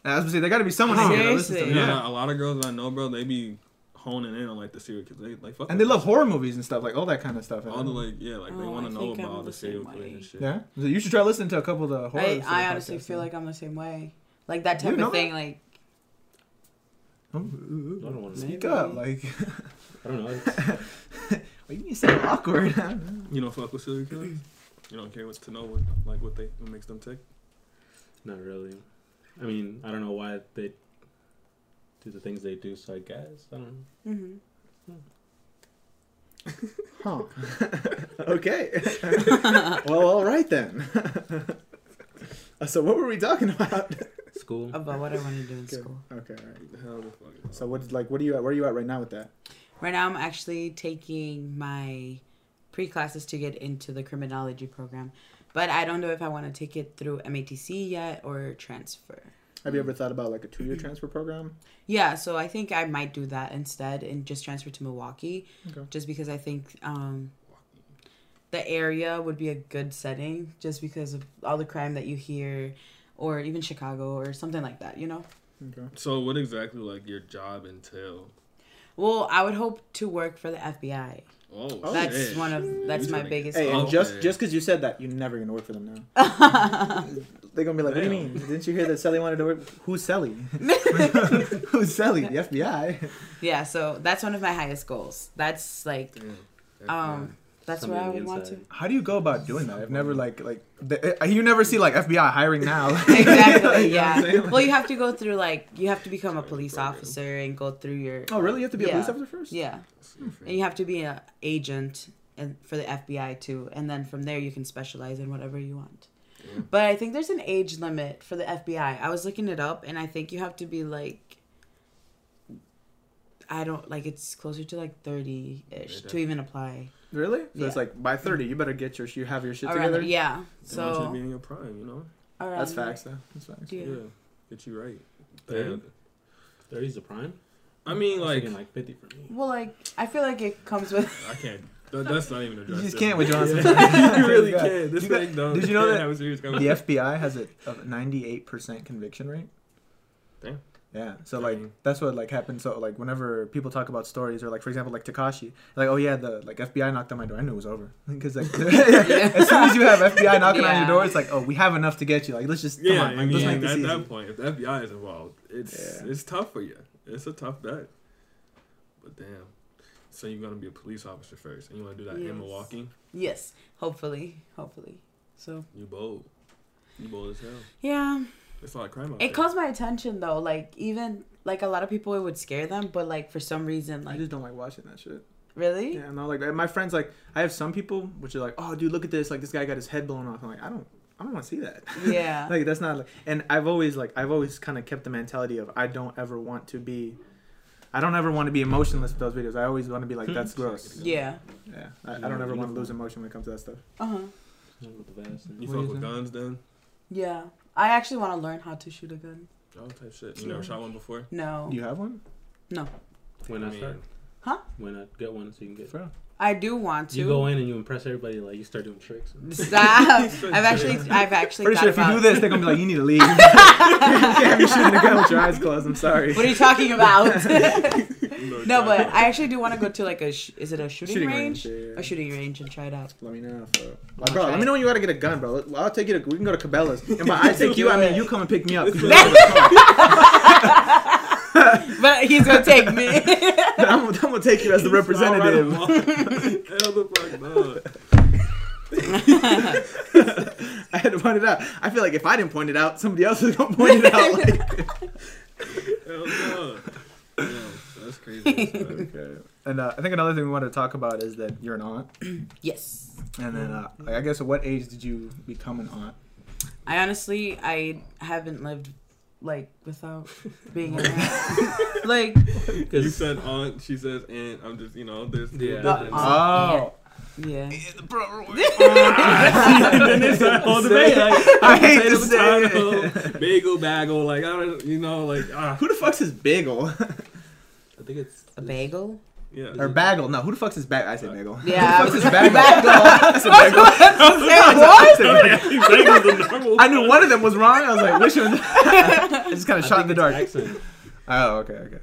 Speaker 3: And I was gonna say there got to be someone in here that listens to
Speaker 2: Seriously.
Speaker 3: them.
Speaker 1: yeah, a lot of girls that I know, bro, they be honing in on like the serial killers. They like fuck
Speaker 3: And they
Speaker 1: with
Speaker 3: love
Speaker 1: us.
Speaker 3: horror movies and stuff, like all that kind of stuff.
Speaker 1: All the like, yeah, like they
Speaker 2: Oh,
Speaker 1: want
Speaker 2: I
Speaker 1: to know
Speaker 2: think
Speaker 1: about
Speaker 2: I'm
Speaker 1: all
Speaker 2: the
Speaker 1: the serial
Speaker 2: same
Speaker 1: killers
Speaker 2: way.
Speaker 1: and shit.
Speaker 3: yeah, So you should try listening to a couple of the horror.
Speaker 2: I,
Speaker 3: sort of
Speaker 2: I honestly
Speaker 3: podcasts,
Speaker 2: feel
Speaker 3: yeah.
Speaker 2: like I'm the same way. Like that
Speaker 3: You
Speaker 2: type
Speaker 3: know
Speaker 2: of thing, like
Speaker 3: Oh, ooh, ooh,
Speaker 4: I don't
Speaker 3: ooh.
Speaker 4: want to.
Speaker 3: Speak up, like
Speaker 4: I don't know. It's-
Speaker 3: Like, you sound awkward.
Speaker 1: You don't fuck with serial killers. You don't care what's to know what like what they what makes them tick.
Speaker 4: Not really. I mean, I don't know why they do the things they do. So I guess I don't know.
Speaker 2: Mm-hmm.
Speaker 5: Huh. okay. well, all right then. Uh, so what were we talking about?
Speaker 4: School.
Speaker 2: About what I want to do in school.
Speaker 5: Okay. All right.
Speaker 1: Hell the fuck.
Speaker 5: So what's like? What are you at? Where are you at right now with that?
Speaker 2: Right now, I'm actually taking my pre classes to get into the criminology program, but I don't know if I want to take it through MATC yet or transfer.
Speaker 5: Have you ever
Speaker 3: Mm.
Speaker 5: thought about like a two-year transfer program?
Speaker 2: Yeah, so I think I might do that instead and just transfer to Milwaukee,
Speaker 5: Okay.
Speaker 2: just because I think um, the area would be a good setting, just because of all the crime that you hear, or even Chicago or something like that. You know.
Speaker 5: Okay.
Speaker 1: So what exactly like your job entail?
Speaker 2: Well, I would hope to work for the FBI.
Speaker 1: Oh,
Speaker 5: Oh,
Speaker 2: that's
Speaker 1: shit.
Speaker 2: one of that's
Speaker 1: You
Speaker 2: my
Speaker 1: tryna-
Speaker 2: biggest.
Speaker 5: Hey, and
Speaker 1: Oh,
Speaker 5: just
Speaker 1: man.
Speaker 5: just because you said that, you're never gonna work for them now. They're gonna be like, "What do you
Speaker 1: Damn.
Speaker 5: mean? Didn't you hear that Sally wanted to work? Who's Sally? Who's Sally? The FBI."
Speaker 2: Yeah, so that's one of my highest goals. That's like
Speaker 1: Damn.
Speaker 2: um that's
Speaker 4: Somebody
Speaker 2: where I
Speaker 4: on the
Speaker 2: would want to.
Speaker 4: inside.
Speaker 3: How do you go about doing that? I've never like like the, uh, you never see like FBI hiring now.
Speaker 2: Exactly.
Speaker 3: You know what I'm
Speaker 2: yeah.
Speaker 3: saying?
Speaker 2: Well, you have to go through like you have to become a
Speaker 1: Training
Speaker 2: police
Speaker 1: program.
Speaker 2: officer and go through your
Speaker 3: oh really? You have to be a police
Speaker 2: Yeah.
Speaker 3: officer first?
Speaker 2: yeah, and you have to be an agent and for the FBI too, and then from there you can specialize in whatever you want.
Speaker 1: Yeah.
Speaker 2: But I think there's an age limit for the FBI. I was looking it up, and I think you have to be like. I don't like it's closer to like 30 ish to even apply.
Speaker 3: Really? So
Speaker 2: Yeah.
Speaker 3: it's like by thirty, you better get your you have your shit
Speaker 2: Around-
Speaker 3: together.
Speaker 2: yeah.
Speaker 1: They want you to be
Speaker 2: So
Speaker 1: in your prime, you know.
Speaker 3: That's
Speaker 2: around-
Speaker 3: facts. Though. That's facts.
Speaker 2: Yeah.
Speaker 1: Yeah, get you right.
Speaker 4: Thirty?
Speaker 1: Damn.
Speaker 4: Thirty's the prime.
Speaker 1: I mean,
Speaker 4: I was
Speaker 1: like
Speaker 4: thinking, like fifty for me.
Speaker 2: Well, like I feel like it comes with
Speaker 1: I can't. That, that's not even a.
Speaker 3: You just can't with Johnson.
Speaker 1: you really
Speaker 3: Yeah.
Speaker 1: can't. This
Speaker 3: You got-
Speaker 1: thing don't.
Speaker 3: did you know that-
Speaker 1: have a serious
Speaker 3: The
Speaker 1: conversation.
Speaker 3: FBI has a ninety-eight percent conviction rate.
Speaker 1: Damn.
Speaker 3: Yeah. So like
Speaker 1: Dang.
Speaker 3: that's what like happened. So like whenever people talk about stories or like for example like Takashi, like oh yeah the like FBI knocked on my door, I knew it was over because like as soon as you have FBI knocking on
Speaker 2: Yeah.
Speaker 3: your door, it's like oh we have enough to get you. Like let's just
Speaker 1: Yeah,
Speaker 3: come on,
Speaker 1: I
Speaker 3: like, let's make
Speaker 1: mean,
Speaker 3: this
Speaker 1: at
Speaker 3: easy.
Speaker 1: that point, if the FBI is involved, it's
Speaker 3: Yeah.
Speaker 1: it's tough for you. It's a tough bet. But damn, so you're gonna be a police officer first, and you want to do that
Speaker 2: Yes.
Speaker 1: in Milwaukee?
Speaker 2: yes, hopefully, hopefully. So
Speaker 1: You bold. You bold as hell.
Speaker 2: yeah,
Speaker 1: It's a lot of crime out
Speaker 2: it
Speaker 1: there.
Speaker 2: calls my attention though. Like even like a lot of people, it would scare them, but like for some reason,
Speaker 3: I
Speaker 2: like
Speaker 3: just don't like watching that shit.
Speaker 2: really,
Speaker 3: Yeah, no, like my friends, like I have some people which are like, oh, dude, look at this, like this guy got his head blown off. I'm like, I don't, I don't want to see that.
Speaker 2: Yeah.
Speaker 3: like that's not like, and I've always like, I've always kind of kept the mentality of I don't ever want to be, I don't ever want to be emotionless with those videos. I always want to be like, that's gross.
Speaker 2: yeah,
Speaker 3: Hmm. Yeah, I, I don't ever want to lose emotion when it comes to that stuff.
Speaker 2: uh huh,
Speaker 4: With the vest and-
Speaker 1: You
Speaker 3: What do
Speaker 1: fuck
Speaker 3: you
Speaker 1: with
Speaker 3: think?
Speaker 1: guns, then?
Speaker 2: yeah. I actually want to learn how to shoot a gun.
Speaker 1: All type shit. You never shot one before?
Speaker 2: No,
Speaker 3: Do you have one?
Speaker 4: When I start.
Speaker 2: Huh?
Speaker 4: When I get one, so you can get.
Speaker 3: For real?
Speaker 2: I do want to.
Speaker 4: You go in and you impress everybody. Like you start doing tricks. and-
Speaker 2: Stop. I've actually, I've actually.
Speaker 3: Pretty
Speaker 2: thought
Speaker 3: sure if you
Speaker 2: about-
Speaker 3: do this, they're gonna be like, you need to leave. you can't have you shooting a gun with your eyes closed. I'm sorry.
Speaker 2: What are you talking about? no,
Speaker 1: God.
Speaker 2: but I actually do want to go to like a sh- is it a shooting, range?
Speaker 3: yeah, yeah.
Speaker 2: A shooting range and try it out.
Speaker 3: Let me know, if, uh, like,
Speaker 2: I'll
Speaker 3: bro.
Speaker 2: try
Speaker 3: Let
Speaker 2: it.
Speaker 3: me know when you gotta get a gun, bro. I'll take you to. We can go to Cabela's. And by I take you, I mean you come and pick me up. 'cause you're not gonna come.
Speaker 2: But he's gonna take me.
Speaker 3: I'm, I'm gonna take you as the representative.
Speaker 1: Hell the fuck no.
Speaker 3: I had to point it out. I feel like if I didn't point it out, somebody else is gonna point it out. Like,
Speaker 1: Hell no. Damn, that's crazy. as fuck.
Speaker 3: okay. And uh, I think another thing we wanted to talk about is that you're an aunt,
Speaker 2: yes.
Speaker 3: and then uh, like, I guess at what age did you become an aunt?
Speaker 2: I honestly, I haven't lived like without being an aunt. like,
Speaker 1: You
Speaker 4: 'Cause-
Speaker 1: said aunt, she says aunt. I'm just, you know, there's.
Speaker 4: Yeah.
Speaker 1: there's-
Speaker 2: The aunt.
Speaker 3: Oh,
Speaker 2: yeah,
Speaker 1: then it's like all the
Speaker 3: Say
Speaker 1: way.
Speaker 3: it.
Speaker 1: Like,
Speaker 3: I hate to
Speaker 1: potato,
Speaker 3: say it.
Speaker 1: potato, bagel, bagel. Like I don't, you know, like ah,
Speaker 3: Who the fuck's is bagel
Speaker 4: I think it's
Speaker 2: a bagel.
Speaker 1: yeah.
Speaker 3: or bagel? No, who the fuck's is bag? I said bagel.
Speaker 2: Yeah, I
Speaker 3: who
Speaker 2: was
Speaker 3: the fuck's
Speaker 2: just
Speaker 3: is
Speaker 2: bagel.
Speaker 3: bagel? I said bagel. I said bagel.
Speaker 1: Bagel's the normal.
Speaker 3: I knew one of them was wrong. I was like, which one? I just kind of shot in the dark.
Speaker 4: accent.
Speaker 3: Oh, okay, okay.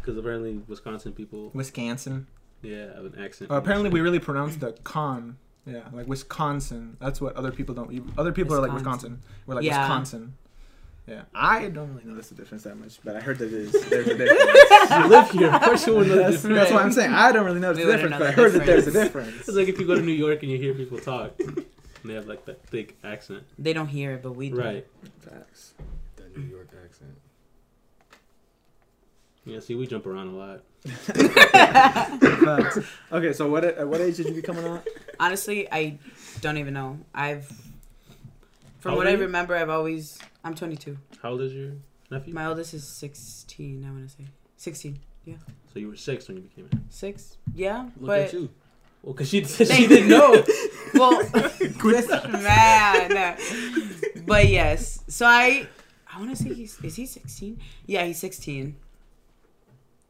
Speaker 4: Because apparently Wisconsin people,
Speaker 3: Wisconsin.
Speaker 4: yeah, have an accent.
Speaker 3: Uh, apparently, we really pronounce the con. Yeah, like Wisconsin. That's what other people don't. you- Other people are like
Speaker 2: Wisconsin.
Speaker 3: Wisconsin. We're like
Speaker 2: Yeah.
Speaker 3: Wisconsin. Yeah, I don't really notice the difference that much, but I heard that it is, there's a
Speaker 4: you
Speaker 3: difference.
Speaker 4: live here. Of course, you wouldn't know the
Speaker 3: that's,
Speaker 4: difference.
Speaker 3: that's why I'm saying I don't really notice
Speaker 2: We
Speaker 3: the
Speaker 2: wouldn't know
Speaker 3: difference, but I
Speaker 2: the
Speaker 3: heard that there's a
Speaker 4: It's
Speaker 3: difference.
Speaker 4: like if you go to New York and you hear people talk, and they have like that thick accent,
Speaker 2: They don't hear it, but
Speaker 3: Mm-hmm.
Speaker 2: we do.
Speaker 4: right?
Speaker 3: Facts.
Speaker 1: That New York accent.
Speaker 4: Yeah. See, we jump around a lot.
Speaker 3: Facts. Okay, so what at what age did you become an aunt?
Speaker 2: Honestly, I don't even know. I've, from
Speaker 4: How
Speaker 2: what
Speaker 4: old
Speaker 2: I
Speaker 4: are you?
Speaker 2: remember, I've always. I'm 22.
Speaker 4: How old is your nephew?
Speaker 2: My oldest is 16. I want to say 16.
Speaker 4: so you were six when you became an.
Speaker 2: Six. Yeah,
Speaker 1: Look
Speaker 2: but
Speaker 1: at you.
Speaker 4: Well, because she said she
Speaker 2: Thank
Speaker 4: didn't
Speaker 2: you.
Speaker 4: know.
Speaker 2: well, this man. But yes, so I, I want to say he's is he 16? Yeah, he's 16.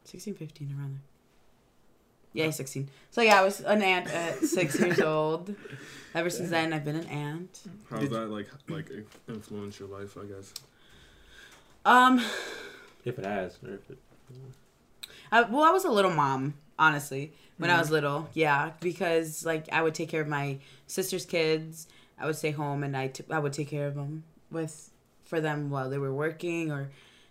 Speaker 2: 16, 15, around there. Yeah, he's 16. So yeah, I was an aunt at six years old. Ever since then, I've been an aunt.
Speaker 1: How's
Speaker 3: Did-
Speaker 1: that like like influence your life? I guess.
Speaker 2: Um,
Speaker 4: If it has, or if it,
Speaker 2: I, well, I was a little mom, honestly, when
Speaker 3: Mm-hmm.
Speaker 2: I was little. Yeah, because like I would take care of my sister's kids. I would stay home and I, t- I would take care of them with for them while they were working or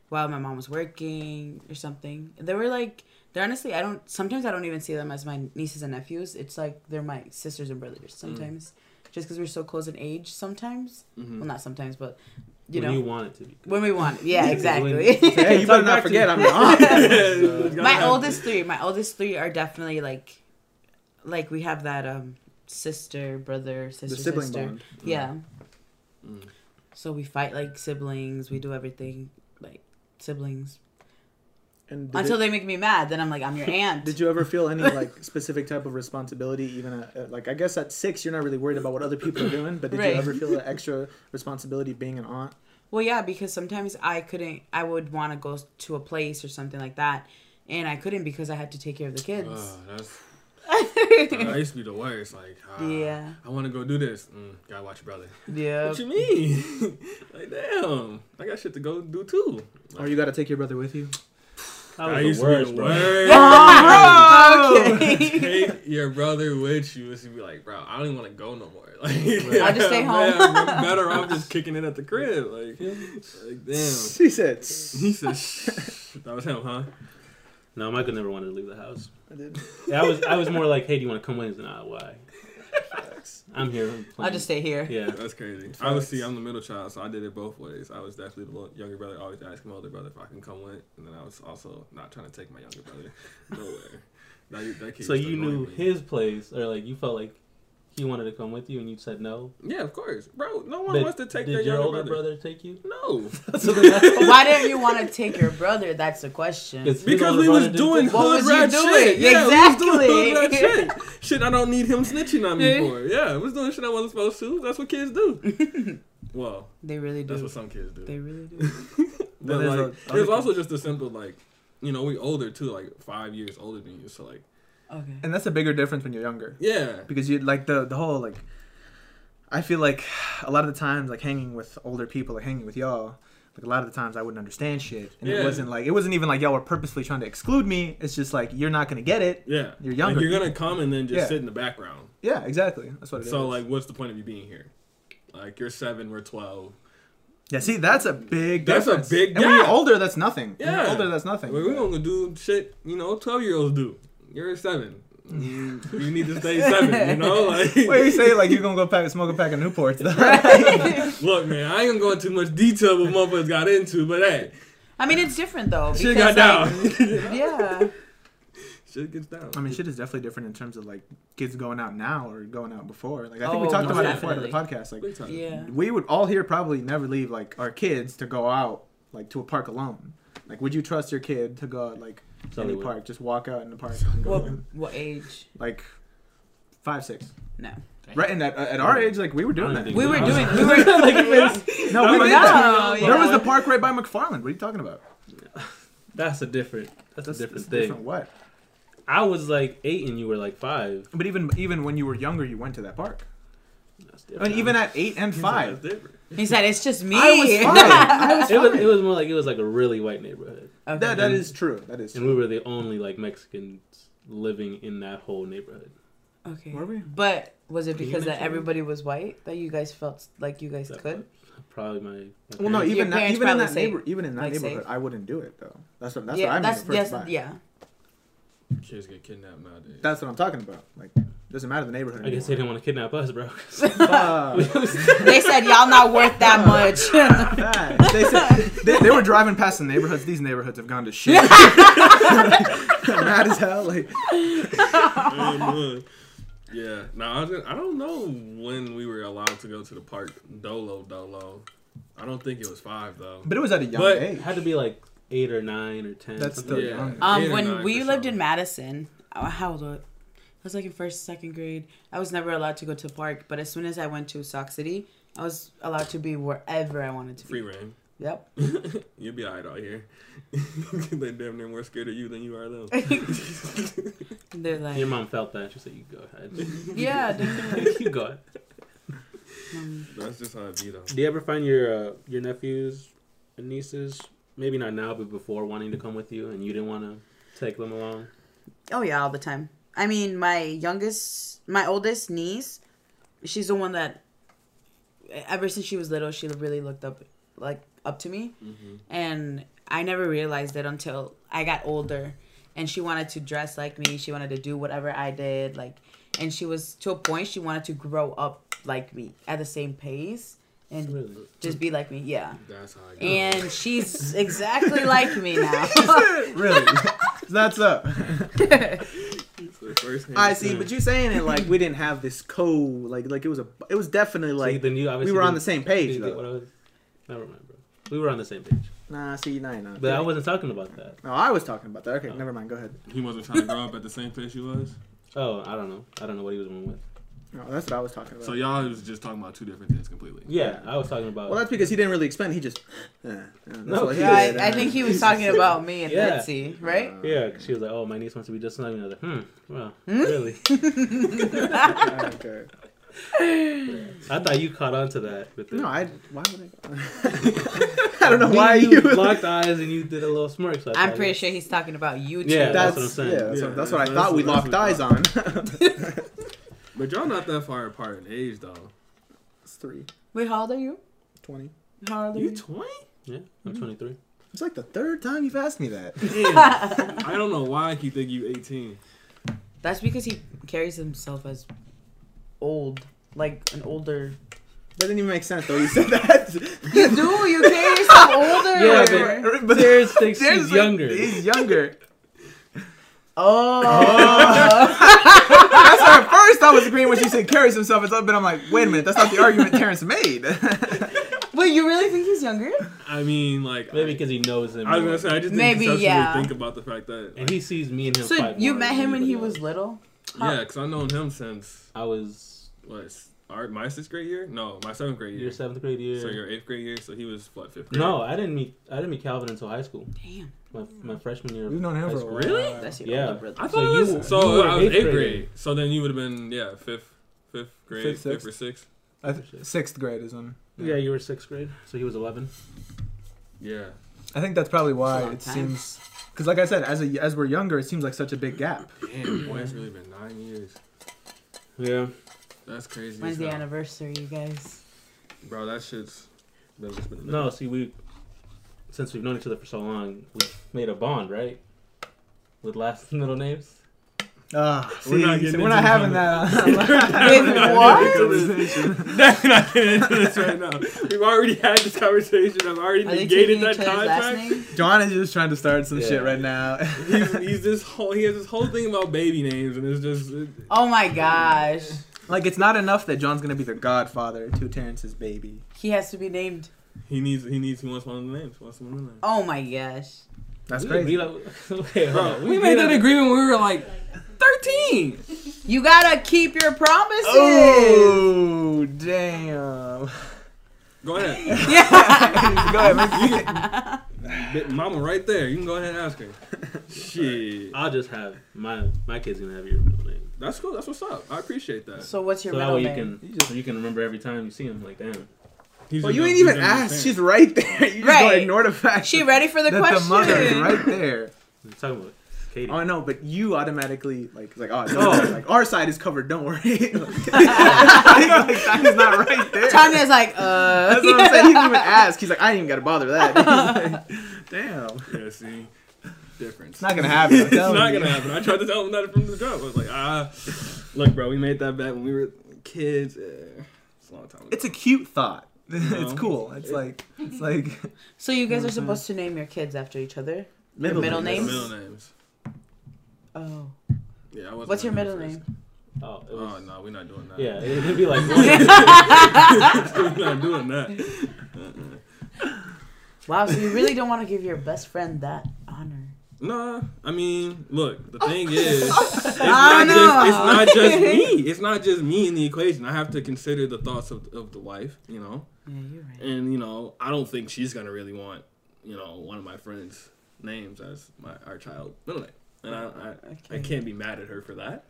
Speaker 2: while my mom was working or something. They were like they're honestly I don't sometimes I don't even see them as my nieces and nephews. It's like they're my sisters and brothers
Speaker 3: Mm.
Speaker 2: sometimes. Just because we're so close in age sometimes.
Speaker 3: Mm.
Speaker 1: Mhm.
Speaker 2: Well, not sometimes, but you
Speaker 4: when
Speaker 2: know
Speaker 4: you want it to be.
Speaker 2: when we want. Yeah, exactly.
Speaker 4: When-
Speaker 3: Say, hey, you better not forget I'm an aunt.
Speaker 1: Yeah,
Speaker 2: my oldest three my oldest three are definitely like like we have that um sister brother
Speaker 3: the
Speaker 2: sister
Speaker 3: sibling
Speaker 2: sister
Speaker 3: bond.
Speaker 2: yeah
Speaker 1: Mm-hmm. Mm.
Speaker 2: so we fight like siblings we do everything like siblings
Speaker 3: And did,
Speaker 2: until
Speaker 3: it-
Speaker 2: they make me mad then i'm like i'm your aunt
Speaker 3: did you ever feel any like specific type of responsibility? Even at, at, like I guess at six, you're not really worried about what other people are doing, but did
Speaker 2: Right.
Speaker 3: you ever feel the extra responsibility being an aunt?
Speaker 2: Well, yeah, because sometimes I couldn't. I would want to go to a place or something like that, and I couldn't because I had to take care of the kids.
Speaker 1: Ah, that's. I used to be the worst. Like, ah,
Speaker 2: Yeah.
Speaker 1: I want to go do this. Mm, gotta watch your brother.
Speaker 2: yeah.
Speaker 1: What you mean? like, damn, I got shit to go do too.
Speaker 3: Or Oh, you got to take your brother with you?
Speaker 4: That was
Speaker 1: I
Speaker 4: the
Speaker 1: used
Speaker 4: worst,
Speaker 1: to be the
Speaker 4: bro.
Speaker 1: worst.
Speaker 2: Oh, okay.
Speaker 1: Take your brother with you. It's be like, bro, I don't even want to go no more. Like,
Speaker 2: I'll just stay
Speaker 1: man,
Speaker 2: home.
Speaker 1: I'm better off just kicking it at the crib. Like, like damn.
Speaker 3: She said.
Speaker 1: He said, "Shh." that was him, huh?
Speaker 4: No, Michael never wanted to leave the house.
Speaker 3: I did.
Speaker 4: Yeah, I was, I was more like, hey, do you want to come with us? Nah, why? I'm here. I'm
Speaker 2: I'll
Speaker 4: playing.
Speaker 2: just stay here.
Speaker 4: Yeah.
Speaker 1: That's crazy. I was see, I'm the middle child, so I did it both ways. I was definitely the little- younger brother, always asking my older brother if I can come with, and then I was also not trying to take my younger brother nowhere. That, that kid
Speaker 4: So
Speaker 1: used to
Speaker 4: you
Speaker 1: annoy
Speaker 4: knew
Speaker 1: me.
Speaker 4: his place, or like you felt like he wanted to come with you, and you said no.
Speaker 1: Yeah, of course, bro. No one
Speaker 4: But
Speaker 1: wants to take
Speaker 4: did
Speaker 1: their
Speaker 4: your
Speaker 1: younger
Speaker 4: older
Speaker 1: brother.
Speaker 4: brother, take you?
Speaker 1: No,
Speaker 4: So then that's-
Speaker 2: Why didn't you want to take your brother? That's the question.
Speaker 4: His
Speaker 1: because
Speaker 4: older
Speaker 1: we
Speaker 4: brother
Speaker 1: was
Speaker 4: didn't
Speaker 1: doing
Speaker 4: take
Speaker 2: What
Speaker 1: hood
Speaker 2: was you
Speaker 1: rat
Speaker 2: doing?
Speaker 1: shit. Yeah, we was doing hood rat
Speaker 2: Exactly.
Speaker 1: shit. Shit, I don't need him snitching on me for. Yeah, I was doing shit I wasn't supposed to. That's what kids do. well,
Speaker 2: They really do.
Speaker 1: that's what some kids do.
Speaker 2: They really do.
Speaker 1: But
Speaker 3: there's
Speaker 1: like,
Speaker 3: a-
Speaker 1: it was also just a simple like, you know, we older too, like five years older than you. So like,
Speaker 2: Okay.
Speaker 3: And that's a bigger difference when you're younger.
Speaker 1: yeah,
Speaker 3: because you like the the whole like I feel like a lot of the times like hanging with older people like hanging with y'all like a lot of the times I wouldn't understand shit and
Speaker 1: Yeah.
Speaker 3: it wasn't like it wasn't even like y'all were purposefully trying to exclude me it's just like you're not gonna get it
Speaker 1: yeah.
Speaker 3: You're
Speaker 1: Like,
Speaker 3: younger.
Speaker 1: you're gonna come and then just
Speaker 3: Yeah.
Speaker 1: sit in the background.
Speaker 3: yeah exactly that's what it is.
Speaker 1: So like, what's the point of you being here? Like you're seven, we're twelve.
Speaker 3: yeah see that's a big
Speaker 1: That's a
Speaker 3: difference.
Speaker 1: big
Speaker 3: and when you're
Speaker 1: gap.
Speaker 3: older that's nothing yeah
Speaker 1: Yeah.
Speaker 3: older that's nothing
Speaker 1: We're gonna do shit, you know, twelve year olds do. You're seven. You you need to stay seven, you know? Like
Speaker 3: Wait, you say like you're gonna go pack, smoke a pack of Newports? though.
Speaker 1: look, man, I ain't gonna go into too much detail what motherfuckers got into, but hey,
Speaker 2: I mean, it's different though.
Speaker 1: shit got
Speaker 2: because,
Speaker 1: down.
Speaker 2: like, yeah.
Speaker 1: shit gets down.
Speaker 3: I mean, shit is definitely different in terms of like kids going out now or going out before. Like I think we
Speaker 2: Oh,
Speaker 3: talked
Speaker 1: most
Speaker 3: about it before on the
Speaker 2: definitely.
Speaker 3: podcast. Like
Speaker 1: Big time.
Speaker 2: Yeah.
Speaker 3: we would all here probably never leave like our kids to go out like to a park alone. Like, would you trust your kid to go out like
Speaker 4: So
Speaker 3: any
Speaker 4: we would.
Speaker 3: park, just walk out in the park, and go
Speaker 2: What
Speaker 3: in?
Speaker 2: what age?
Speaker 3: like five, six?
Speaker 2: No.
Speaker 3: Right, and at, at our age, like we were doing
Speaker 4: I
Speaker 3: that.
Speaker 4: don't think
Speaker 2: We were doing. We were.
Speaker 4: like, if it's-
Speaker 3: no, we
Speaker 1: No,
Speaker 3: did that.
Speaker 2: Oh, yeah.
Speaker 3: There was the park right by McFarland. What are you talking about?
Speaker 4: that's a different. That's, a different thing.
Speaker 3: Different what?
Speaker 4: I was like eight, and you were like five.
Speaker 3: But even even when you were younger, you went to that park.
Speaker 4: That's
Speaker 3: I mean,
Speaker 4: different.
Speaker 3: even at eight and five,
Speaker 1: That's different.
Speaker 2: He said it's just me.
Speaker 3: I was fine. I was
Speaker 4: it was, it
Speaker 3: fine.
Speaker 4: was more like it was like a really white neighborhood,
Speaker 2: Okay.
Speaker 3: That that is true. That is
Speaker 4: and
Speaker 3: true.
Speaker 4: we were the only like Mexicans living in that whole neighborhood.
Speaker 2: okay.
Speaker 3: Were we?
Speaker 2: But was it
Speaker 4: Can you
Speaker 2: because that
Speaker 4: imagine?
Speaker 2: everybody was white that you guys felt like you guys
Speaker 4: That
Speaker 2: could?
Speaker 4: part. Probably my. my
Speaker 3: Well, no,
Speaker 4: parents.
Speaker 3: even that,
Speaker 2: parents
Speaker 3: even in
Speaker 2: probably
Speaker 3: that
Speaker 2: say,
Speaker 3: neighbor, even in that
Speaker 2: like,
Speaker 3: neighborhood,
Speaker 2: safe.
Speaker 3: I wouldn't do it though. That's what that's what I
Speaker 2: yeah,
Speaker 3: mean.
Speaker 2: that's
Speaker 3: That's,
Speaker 2: yes,
Speaker 3: buy.
Speaker 2: yeah.
Speaker 1: Kids get kidnapped nowadays.
Speaker 3: that's what I'm talking about. Like, doesn't matter the neighborhood.
Speaker 4: I guess they
Speaker 3: anymore.
Speaker 4: didn't want to kidnap us, bro.
Speaker 3: Fuck.
Speaker 2: They said y'all not worth that much.
Speaker 3: Facts. they, said, they, they were driving past the neighborhoods. These neighborhoods have gone to shit. Mad as hell. Like,
Speaker 1: Um, uh, yeah. No, I, was gonna, I don't know when we were allowed to go to the park. Dolo, dolo. I don't think it was five though.
Speaker 3: but it was at a young
Speaker 1: But-
Speaker 3: age.
Speaker 4: It had to be like eight or nine or ten.
Speaker 3: That's
Speaker 4: something
Speaker 3: still
Speaker 1: Yeah.
Speaker 4: like
Speaker 3: young.
Speaker 1: Eight
Speaker 2: Um,
Speaker 1: or
Speaker 2: when
Speaker 1: nine
Speaker 2: we
Speaker 1: for
Speaker 2: lived
Speaker 1: sure.
Speaker 2: in Madison, oh, how old was I? I was like in first, second grade. I was never allowed to go to the park, but as soon as I went to Sauk City, I was allowed to be wherever I wanted to be.
Speaker 1: Free reign.
Speaker 2: Yep.
Speaker 1: You'll be alright out here. they damn near more scared of you than you are though.
Speaker 2: They're
Speaker 4: that.
Speaker 2: like,
Speaker 4: Your mom felt that. She said, "You go ahead.
Speaker 2: yeah. dude."
Speaker 4: you go ahead."
Speaker 2: Um,
Speaker 1: That's just how it be though.
Speaker 4: Do you ever find your uh, your nephews and nieces, maybe not now, but before, wanting to come with you, and you didn't want to take them along?
Speaker 2: oh yeah, all the time. I mean, my youngest, my oldest niece, she's the one that, ever since she was little, she really looked up, like up to me. and I never realized it until I got older. And she wanted to dress like me. She wanted to do whatever I did. Like, and she was to a point. She wanted to grow up like me at the same pace and
Speaker 4: Really?
Speaker 2: just be like me. Yeah.
Speaker 1: That's how it goes.
Speaker 2: And she's exactly like me now.
Speaker 3: really? that's uh, up.
Speaker 1: So first hand-
Speaker 3: I see, but you saying it like we didn't have this code. Like, like it was a. It was definitely
Speaker 4: Like
Speaker 3: like.
Speaker 4: then you
Speaker 3: we
Speaker 4: obviously
Speaker 3: were on the
Speaker 4: didn't-
Speaker 3: same page
Speaker 4: didn't get what
Speaker 3: though.
Speaker 4: I was- Never mind, bro. We were on the same page,
Speaker 3: Nah, see, nah, nah.
Speaker 4: but I Oh. wasn't talking about that.
Speaker 3: No, I was talking about that. Okay, never mind. Go ahead.
Speaker 1: He wasn't trying to grow up at the same pace you was.
Speaker 4: Oh, I don't know. I don't know what he was going with.
Speaker 3: No, that's what I was talking about.
Speaker 1: So y'all was just talking about two different things completely.
Speaker 4: Yeah, I was talking about.
Speaker 3: well, that's because he didn't really explain. He just. Uh, uh, that's
Speaker 4: No,
Speaker 3: what he
Speaker 2: yeah,
Speaker 3: did,
Speaker 2: I, I
Speaker 3: uh,
Speaker 2: think he was talking about me and
Speaker 4: Yeah.
Speaker 2: Betsy, right?
Speaker 3: uh,
Speaker 4: yeah, 'cause she was like, "Oh, my niece wants to be just like me." I was like, "Hmm, well, really."
Speaker 3: okay.
Speaker 4: I thought you caught on to that. With
Speaker 3: No,
Speaker 4: it.
Speaker 3: I. Why would I? I don't know why you.
Speaker 4: locked eyes and you did a little smirk. So I
Speaker 2: I'm
Speaker 4: thought
Speaker 2: pretty
Speaker 4: it-
Speaker 2: sure he's talking about you too.
Speaker 4: Yeah,
Speaker 3: that's,
Speaker 4: that's what I'm saying.
Speaker 3: Yeah, that's,
Speaker 1: Yeah,
Speaker 3: what, that's what I
Speaker 1: that's-
Speaker 3: thought we
Speaker 1: that's
Speaker 3: locked
Speaker 1: what I
Speaker 3: eyes on.
Speaker 1: But y'all not that far apart in age though.
Speaker 3: it's three,
Speaker 2: Wait, how old are you?
Speaker 3: 20.
Speaker 2: How old are you?
Speaker 1: You twenty?
Speaker 4: Yeah, I'm 23.
Speaker 3: It's like the third time you've asked me that.
Speaker 1: I don't know why I keep thinking you eighteen.
Speaker 2: That's because he carries himself as old, like an older.
Speaker 3: Doesn't even make sense though. You said that.
Speaker 2: You do. You carry yourself older.
Speaker 4: Yeah, but, but there's things
Speaker 3: There's,
Speaker 4: she's
Speaker 3: like,
Speaker 4: younger.
Speaker 3: He's younger.
Speaker 2: oh.
Speaker 3: That's why at first I was agreeing when she said carries himself. It's up, but I'm like, wait a minute, that's not the argument Terrence made.
Speaker 2: Wait, you really think he's younger?
Speaker 1: I mean, like
Speaker 4: Maybe
Speaker 1: I,
Speaker 4: because he knows him.
Speaker 1: I was
Speaker 4: more.
Speaker 1: gonna say I just
Speaker 2: Maybe,
Speaker 1: Maybe, didn't
Speaker 2: yeah.
Speaker 1: yeah. think about the fact that
Speaker 4: and he sees me and him.
Speaker 2: So
Speaker 4: fight
Speaker 2: you
Speaker 4: more
Speaker 2: met
Speaker 4: than
Speaker 2: him when he
Speaker 4: anybody
Speaker 2: was
Speaker 4: else.
Speaker 2: little.
Speaker 1: yeah, because I known him since
Speaker 4: I was
Speaker 1: what s- our my sixth grade year? No, my seventh grade year.
Speaker 4: your seventh grade year.
Speaker 1: So your eighth grade year. So he was what fifth grade?
Speaker 4: no, I didn't meet. I didn't meet Calvin until high school.
Speaker 2: Damn,
Speaker 4: My, my freshman year. of
Speaker 3: You've known him
Speaker 4: high
Speaker 3: for a
Speaker 4: school.
Speaker 3: while.
Speaker 1: Really?
Speaker 2: that's your
Speaker 4: Yeah.
Speaker 2: older brother.
Speaker 1: I
Speaker 4: So
Speaker 1: thought
Speaker 4: you
Speaker 1: it was,
Speaker 4: were-
Speaker 1: so
Speaker 4: you were
Speaker 1: I was
Speaker 4: eighth
Speaker 1: eighth,
Speaker 4: grade.
Speaker 1: grade. So then you would have been yeah fifth fifth grade
Speaker 3: Fifth,
Speaker 1: fifth or sixth.
Speaker 3: I th- sixth grade is when.
Speaker 4: Yeah, you were sixth grade, so he was 11.
Speaker 1: Yeah.
Speaker 3: I think that's probably
Speaker 2: It's a
Speaker 3: why
Speaker 2: long
Speaker 3: it
Speaker 2: time.
Speaker 3: seems. Because like I said, as a, as we're younger, it seems like such a big gap.
Speaker 1: Damn, boy, it's really been nine years.
Speaker 4: Yeah.
Speaker 1: That's crazy. as
Speaker 2: When's the
Speaker 1: hell.
Speaker 2: anniversary, you guys?
Speaker 1: Bro, that shit's. that shit's been-
Speaker 4: No, see, we since we've known each other for so long, we've made a bond, right? With last and middle names.
Speaker 3: Ah, see, so
Speaker 1: We're
Speaker 3: we're
Speaker 1: not
Speaker 3: not,
Speaker 1: getting into this
Speaker 3: having
Speaker 2: Wait, what?
Speaker 3: that.
Speaker 1: We're not getting into this right now. We've already had this conversation. I've already
Speaker 2: Are they
Speaker 1: negated
Speaker 2: taking
Speaker 1: that
Speaker 2: each other's last
Speaker 1: contract.
Speaker 2: name?
Speaker 3: John is just trying to start some
Speaker 4: Yeah.
Speaker 3: shit right now.
Speaker 1: He's, he's this whole. He has this whole thing about baby names, and it's just. It,
Speaker 2: Oh my gosh,
Speaker 3: like it's not enough that John's gonna be the godfather to Terrence's baby.
Speaker 2: he has to be named.
Speaker 1: he needs. He needs. He wants one of the names. He wants one of the names.
Speaker 2: Oh my gosh.
Speaker 3: That's
Speaker 4: we
Speaker 3: crazy.
Speaker 4: agreed on- okay, hold
Speaker 1: Bro,
Speaker 4: on.
Speaker 1: we made
Speaker 4: agreed
Speaker 1: that
Speaker 4: on-
Speaker 1: agreement when we were like thirteen.
Speaker 2: You gotta keep your promises.
Speaker 3: Oh damn!
Speaker 1: Go ahead,
Speaker 3: Go ahead, man.
Speaker 1: Bit- Mama, right there. You can go ahead and ask her. Shit,
Speaker 4: I'll just have my my kid's gonna have your middle name.
Speaker 1: that's cool. That's what's up. I appreciate that.
Speaker 2: So what's your
Speaker 4: so that
Speaker 2: middle
Speaker 4: way you
Speaker 2: name?
Speaker 4: can you, can remember every time you see him. Like damn.
Speaker 1: He's
Speaker 3: Well,
Speaker 1: a
Speaker 3: you
Speaker 1: dope-
Speaker 3: ain't
Speaker 1: he's
Speaker 3: even
Speaker 1: a dope
Speaker 3: asked.
Speaker 1: fan.
Speaker 3: She's right there. You just
Speaker 2: Right.
Speaker 3: gonna ignore the fact
Speaker 2: She
Speaker 3: that
Speaker 2: ready for the
Speaker 3: the
Speaker 2: question.
Speaker 3: mother is right there.
Speaker 4: We're talking about Katie.
Speaker 3: Oh no, but you automatically like like oh, no,
Speaker 4: Oh.
Speaker 3: like our side is covered. Don't worry. like, that is not right there.
Speaker 2: Tanya's like, uh.
Speaker 3: That's what I'm saying. He didn't even ask. He's like, I didn't even gotta bother with that. He's like, Damn, it's
Speaker 1: Yeah, see, difference.
Speaker 3: not gonna happen.
Speaker 1: it's not gonna happen. I tried to tell him that from the jump. I was like, ah, look, bro, we made that bet when we were kids. eh, it's a long time ago.
Speaker 3: It's a cute thought. it's
Speaker 1: No.
Speaker 3: cool. It's like it's like
Speaker 2: So you guys are supposed to name your kids after each other.
Speaker 3: middle,
Speaker 2: middle
Speaker 1: Our
Speaker 2: names?
Speaker 1: Middle names.
Speaker 2: Oh,
Speaker 1: Yeah, I wasn't
Speaker 2: what's your
Speaker 1: gonna
Speaker 2: middle
Speaker 1: do it
Speaker 2: name?
Speaker 4: Oh, it
Speaker 1: first. Oh
Speaker 4: was,
Speaker 1: no, we're not doing that.
Speaker 4: yeah, it, it'd be like
Speaker 1: we're not doing that.
Speaker 2: Wow, so you really don't want to give your best friend that honor.
Speaker 1: Nah, I mean, look, the thing is, it's
Speaker 2: I
Speaker 1: not, just,
Speaker 2: don't
Speaker 1: it's not
Speaker 2: know.
Speaker 1: just me. It's not just me in the equation. I have to consider the thoughts of, of the wife, you know?
Speaker 2: Yeah, you're right.
Speaker 1: And, you know, I don't think she's going to really want, you know, one of my friends' names as my our child middle name. And I, I, I
Speaker 2: Okay.
Speaker 1: can't be mad at her for that.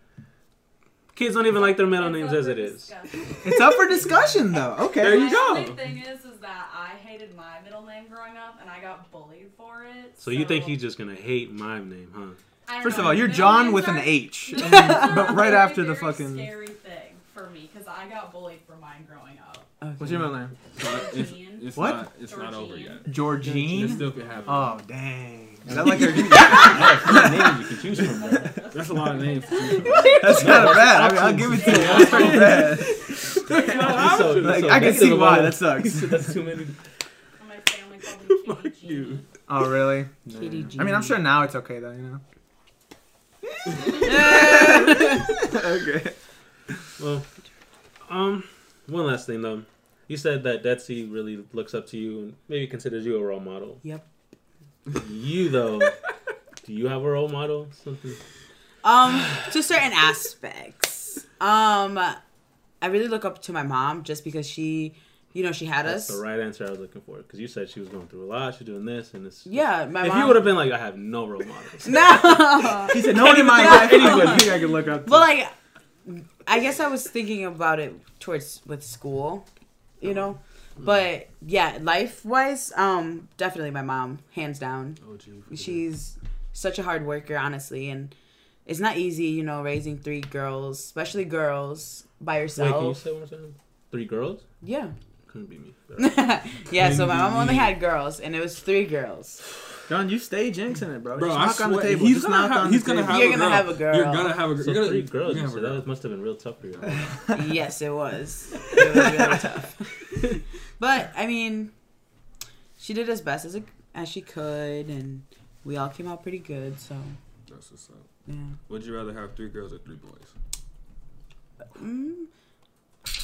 Speaker 4: kids don't even like their middle
Speaker 6: It's
Speaker 4: names
Speaker 6: up
Speaker 4: as
Speaker 6: for
Speaker 4: it is.
Speaker 6: discussion.
Speaker 3: It's up for discussion though.
Speaker 1: There
Speaker 3: Okay.
Speaker 1: you
Speaker 6: My
Speaker 1: go.
Speaker 6: only thing is, is that I hated my middle name growing up, and I got bullied for it.
Speaker 4: So you think he's just gonna hate my name, huh?
Speaker 6: I don't
Speaker 3: First
Speaker 6: know,
Speaker 3: of all, you're
Speaker 6: middle
Speaker 3: John
Speaker 6: names
Speaker 3: with an
Speaker 6: are-
Speaker 3: H,
Speaker 6: middle
Speaker 3: and-
Speaker 6: names are
Speaker 3: but
Speaker 6: a
Speaker 3: right
Speaker 6: very,
Speaker 3: after the
Speaker 6: very
Speaker 3: fucking.
Speaker 6: scary thing for me because I got bullied for mine growing up.
Speaker 2: Okay.
Speaker 3: What's your middle name?
Speaker 1: So I- it's,
Speaker 6: Georgine.
Speaker 1: it's
Speaker 3: What?
Speaker 1: Not, it's not over yet.
Speaker 6: Georgine.
Speaker 1: It
Speaker 3: Georgine.
Speaker 1: still could happen.
Speaker 3: Oh dang. Is that like her?
Speaker 1: names you can choose from, bro. That's a lot of names. to choose from.
Speaker 3: That's kind of bad. I mean, I'll give it to you. That's pretty bad.
Speaker 4: So-
Speaker 3: Like,
Speaker 4: so
Speaker 3: I can
Speaker 4: that's
Speaker 3: see
Speaker 4: the
Speaker 3: why
Speaker 4: one-
Speaker 3: that sucks.
Speaker 4: That's too many.
Speaker 6: And my family called me Kitty
Speaker 1: you.
Speaker 6: Jean.
Speaker 3: Oh really?
Speaker 2: Kitty
Speaker 3: I mean, I'm sure now it's okay though. You know. okay.
Speaker 4: Well, um, one last thing though. You said that Detsy really looks up to you and maybe considers you a role model.
Speaker 2: Yep.
Speaker 4: You though, do you have a role model? Something.
Speaker 2: Um, to certain aspects. Um, I really look up to my mom just because she, you know, she had
Speaker 4: That's
Speaker 2: us.
Speaker 4: the right answer I was looking for because you said she was going through a lot. She's doing this and this.
Speaker 2: Yeah, my
Speaker 4: If
Speaker 2: mom.
Speaker 4: you would have been like, I have no role models.
Speaker 2: no.
Speaker 3: He said, "No one in my life anybody I could look up." To.
Speaker 2: Well, like, I guess I was thinking about it towards with school, you know, but yeah, life wise, um, definitely my mom, hands down.
Speaker 1: Oh, gee, for the-
Speaker 2: She's such a hard worker, honestly, and it's not easy, you know, raising three girls, especially girls by
Speaker 4: Wait, can you
Speaker 2: yourself.
Speaker 4: say one more time? Three girls?
Speaker 2: yeah,
Speaker 4: Couldn't be me.
Speaker 2: yeah. So my mom only had girls, and it was three girls.
Speaker 3: John, you stay jinxing it, bro.
Speaker 1: Bro,
Speaker 3: Just
Speaker 1: I
Speaker 3: knock on the
Speaker 1: swear,
Speaker 3: table.
Speaker 1: he's
Speaker 3: Just
Speaker 1: gonna
Speaker 3: knock
Speaker 1: have-
Speaker 3: on
Speaker 1: he's
Speaker 3: the
Speaker 1: gonna
Speaker 3: table.
Speaker 1: have
Speaker 2: You're
Speaker 1: a
Speaker 2: gonna
Speaker 1: girl.
Speaker 2: have a girl.
Speaker 1: You're gonna have a girl.
Speaker 4: So
Speaker 1: You're gonna,
Speaker 4: three girls.
Speaker 1: You're
Speaker 4: You
Speaker 1: gonna have
Speaker 4: said
Speaker 1: a girl.
Speaker 4: that must have been real tough for you.
Speaker 2: yes, it was. It was really tough. But I mean, she did as best as it, as she could, and we all came out pretty good. So
Speaker 1: That's what's up.
Speaker 2: yeah,
Speaker 1: Would you rather have three girls or three boys?
Speaker 2: mm.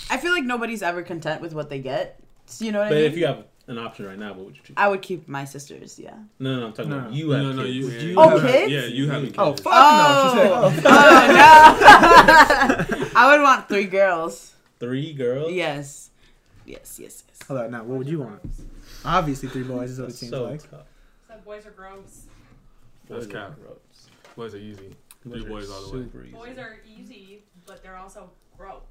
Speaker 2: I feel like nobody's ever content with what they get. So you know what
Speaker 4: But
Speaker 2: I mean?
Speaker 4: if you have an option right now, what would you choose?
Speaker 2: I would keep my sisters. Yeah.
Speaker 4: No, no, no I'm talking
Speaker 3: No.
Speaker 4: about you have
Speaker 1: no, no,
Speaker 4: kids.
Speaker 1: you.
Speaker 3: Would
Speaker 1: yeah,
Speaker 3: you
Speaker 2: Oh,
Speaker 1: have-
Speaker 2: kids?
Speaker 1: Yeah, you having kids?
Speaker 3: Oh fuck no! She said, oh.
Speaker 2: Oh no! I would want three girls.
Speaker 4: Three girls?
Speaker 2: Yes. Yes. Yes. Yes.
Speaker 3: Hold on, now what would you want? Obviously, three boys is what it
Speaker 4: That's
Speaker 3: seems
Speaker 4: so
Speaker 3: like.
Speaker 4: tough.
Speaker 6: So boys are gross.
Speaker 1: That's
Speaker 4: Boys are
Speaker 1: cap.
Speaker 4: gross.
Speaker 1: Boys are easy. Three
Speaker 4: Boys are
Speaker 1: boys all the way.
Speaker 4: super easy.
Speaker 6: Boys are easy, but they're also gross.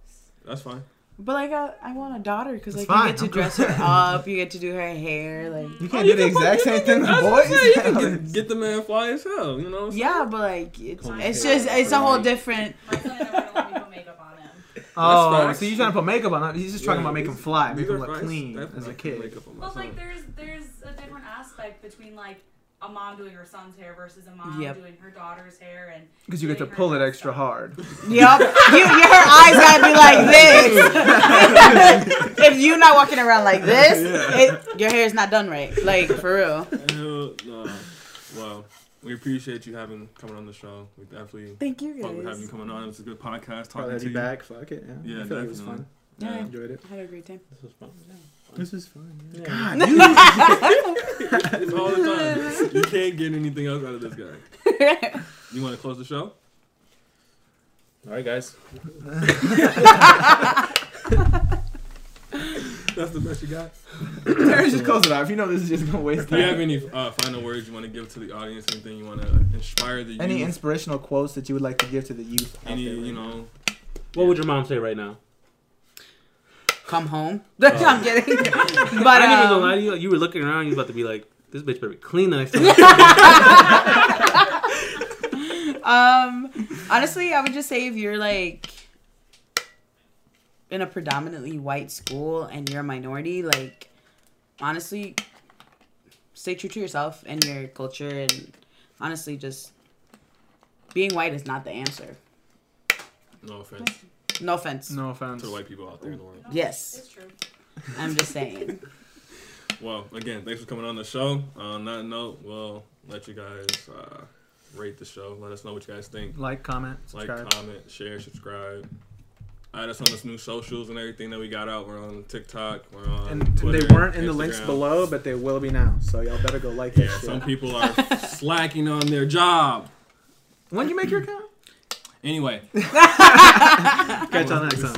Speaker 1: That's fine.
Speaker 2: But like I, I want a daughter because
Speaker 3: It's
Speaker 2: like you
Speaker 3: fine,
Speaker 2: get to
Speaker 3: I'm
Speaker 2: dress her up, you get to do her hair, like
Speaker 6: Mm.
Speaker 3: You
Speaker 1: Oh,
Speaker 3: can't
Speaker 1: you
Speaker 3: do the
Speaker 1: can fuck-
Speaker 3: exact
Speaker 1: you
Speaker 3: same
Speaker 1: can-
Speaker 3: thing to
Speaker 1: that's what I'm saying, You can
Speaker 3: boys.
Speaker 1: get the man fly as hell. You know. what I'm
Speaker 2: yeah, but like it's
Speaker 4: Comb
Speaker 2: it's
Speaker 4: hair,
Speaker 2: just it's a whole
Speaker 4: right.
Speaker 2: different.
Speaker 6: My son never gonna let me put makeup on him.
Speaker 3: Oh,
Speaker 1: facts.
Speaker 3: so you're trying to put makeup on? him. He's just talking
Speaker 1: Yeah,
Speaker 3: about make him
Speaker 1: these-
Speaker 3: fly,
Speaker 1: saying?
Speaker 3: make
Speaker 1: These
Speaker 3: him
Speaker 1: are
Speaker 3: look
Speaker 1: fries.
Speaker 3: clean
Speaker 1: Definitely
Speaker 3: as a
Speaker 1: I can
Speaker 3: kid.
Speaker 1: make up on my
Speaker 6: But like,
Speaker 1: son.
Speaker 6: there's there's a different aspect between like a mom doing her son's hair versus a mom
Speaker 2: Yep.
Speaker 6: doing her daughter's hair, and
Speaker 3: Because you get to pull it extra hard.
Speaker 2: Yup, you, you her eyes gotta be like this. if you're not walking around like this, it, your hair's not done right. Like for real.
Speaker 1: Hell no. Well, we appreciate you having coming on the show. We definitely
Speaker 2: Thank you
Speaker 1: fuck with having you
Speaker 2: guys.
Speaker 1: coming on. It was a good podcast
Speaker 3: Probably
Speaker 1: talking
Speaker 3: had
Speaker 1: to
Speaker 3: you
Speaker 1: you.
Speaker 3: back. Fuck it. Yeah.
Speaker 1: Yeah,
Speaker 3: I feel like it was
Speaker 1: definitely.
Speaker 3: fun.
Speaker 2: Yeah.
Speaker 1: Yeah.
Speaker 3: Enjoyed it.
Speaker 2: I had a great time.
Speaker 4: This was fun. Yeah.
Speaker 3: This is fun. yeah.
Speaker 4: Yeah.
Speaker 3: God, you-
Speaker 1: It's all the time. You can't get anything else out of this guy. You want to close the show?
Speaker 4: All right, guys.
Speaker 1: That's the best you got.
Speaker 3: Terry just close it off. You know this is just gonna waste
Speaker 1: Do you
Speaker 3: time.
Speaker 1: have any uh, final words you want to give to the audience? Anything you want to inspire the
Speaker 3: Any
Speaker 1: youth?
Speaker 3: inspirational quotes that you would like to give to the youth? out
Speaker 1: Any,
Speaker 3: there right
Speaker 1: you
Speaker 3: now?
Speaker 1: know?
Speaker 4: What would your mom say right now?
Speaker 2: Come home. I'm kidding. But
Speaker 4: I didn't even
Speaker 2: um,
Speaker 4: lie to you. You were looking around. You was about to be like, this bitch better be clean the next time.
Speaker 2: um, honestly, I would just say if you're like in a predominantly white school and you're a minority, like honestly, stay true to yourself and your culture, and honestly, just being white is not the answer.
Speaker 1: No offense
Speaker 2: No offense.
Speaker 3: No offense.
Speaker 1: to the white people out there in the world.
Speaker 2: Yes,
Speaker 6: It's true.
Speaker 2: I'm just saying.
Speaker 1: Well, again, thanks for coming on the show. On that note, we'll let you guys uh, rate the show. Let us know what you guys think.
Speaker 3: Like, comment,
Speaker 1: Like,
Speaker 3: subscribe.
Speaker 1: comment, share, subscribe. Add us on this new socials and everything that we got out. We're on TikTok. We're on.
Speaker 3: and
Speaker 1: Twitter,
Speaker 3: they weren't in the links
Speaker 1: Instagram.
Speaker 3: below, but they will be now. So y'all better go like that
Speaker 1: Yeah,
Speaker 3: shit.
Speaker 1: some people are slacking on their job.
Speaker 3: when you make your account,
Speaker 1: Anyway,
Speaker 3: catch y'all next time.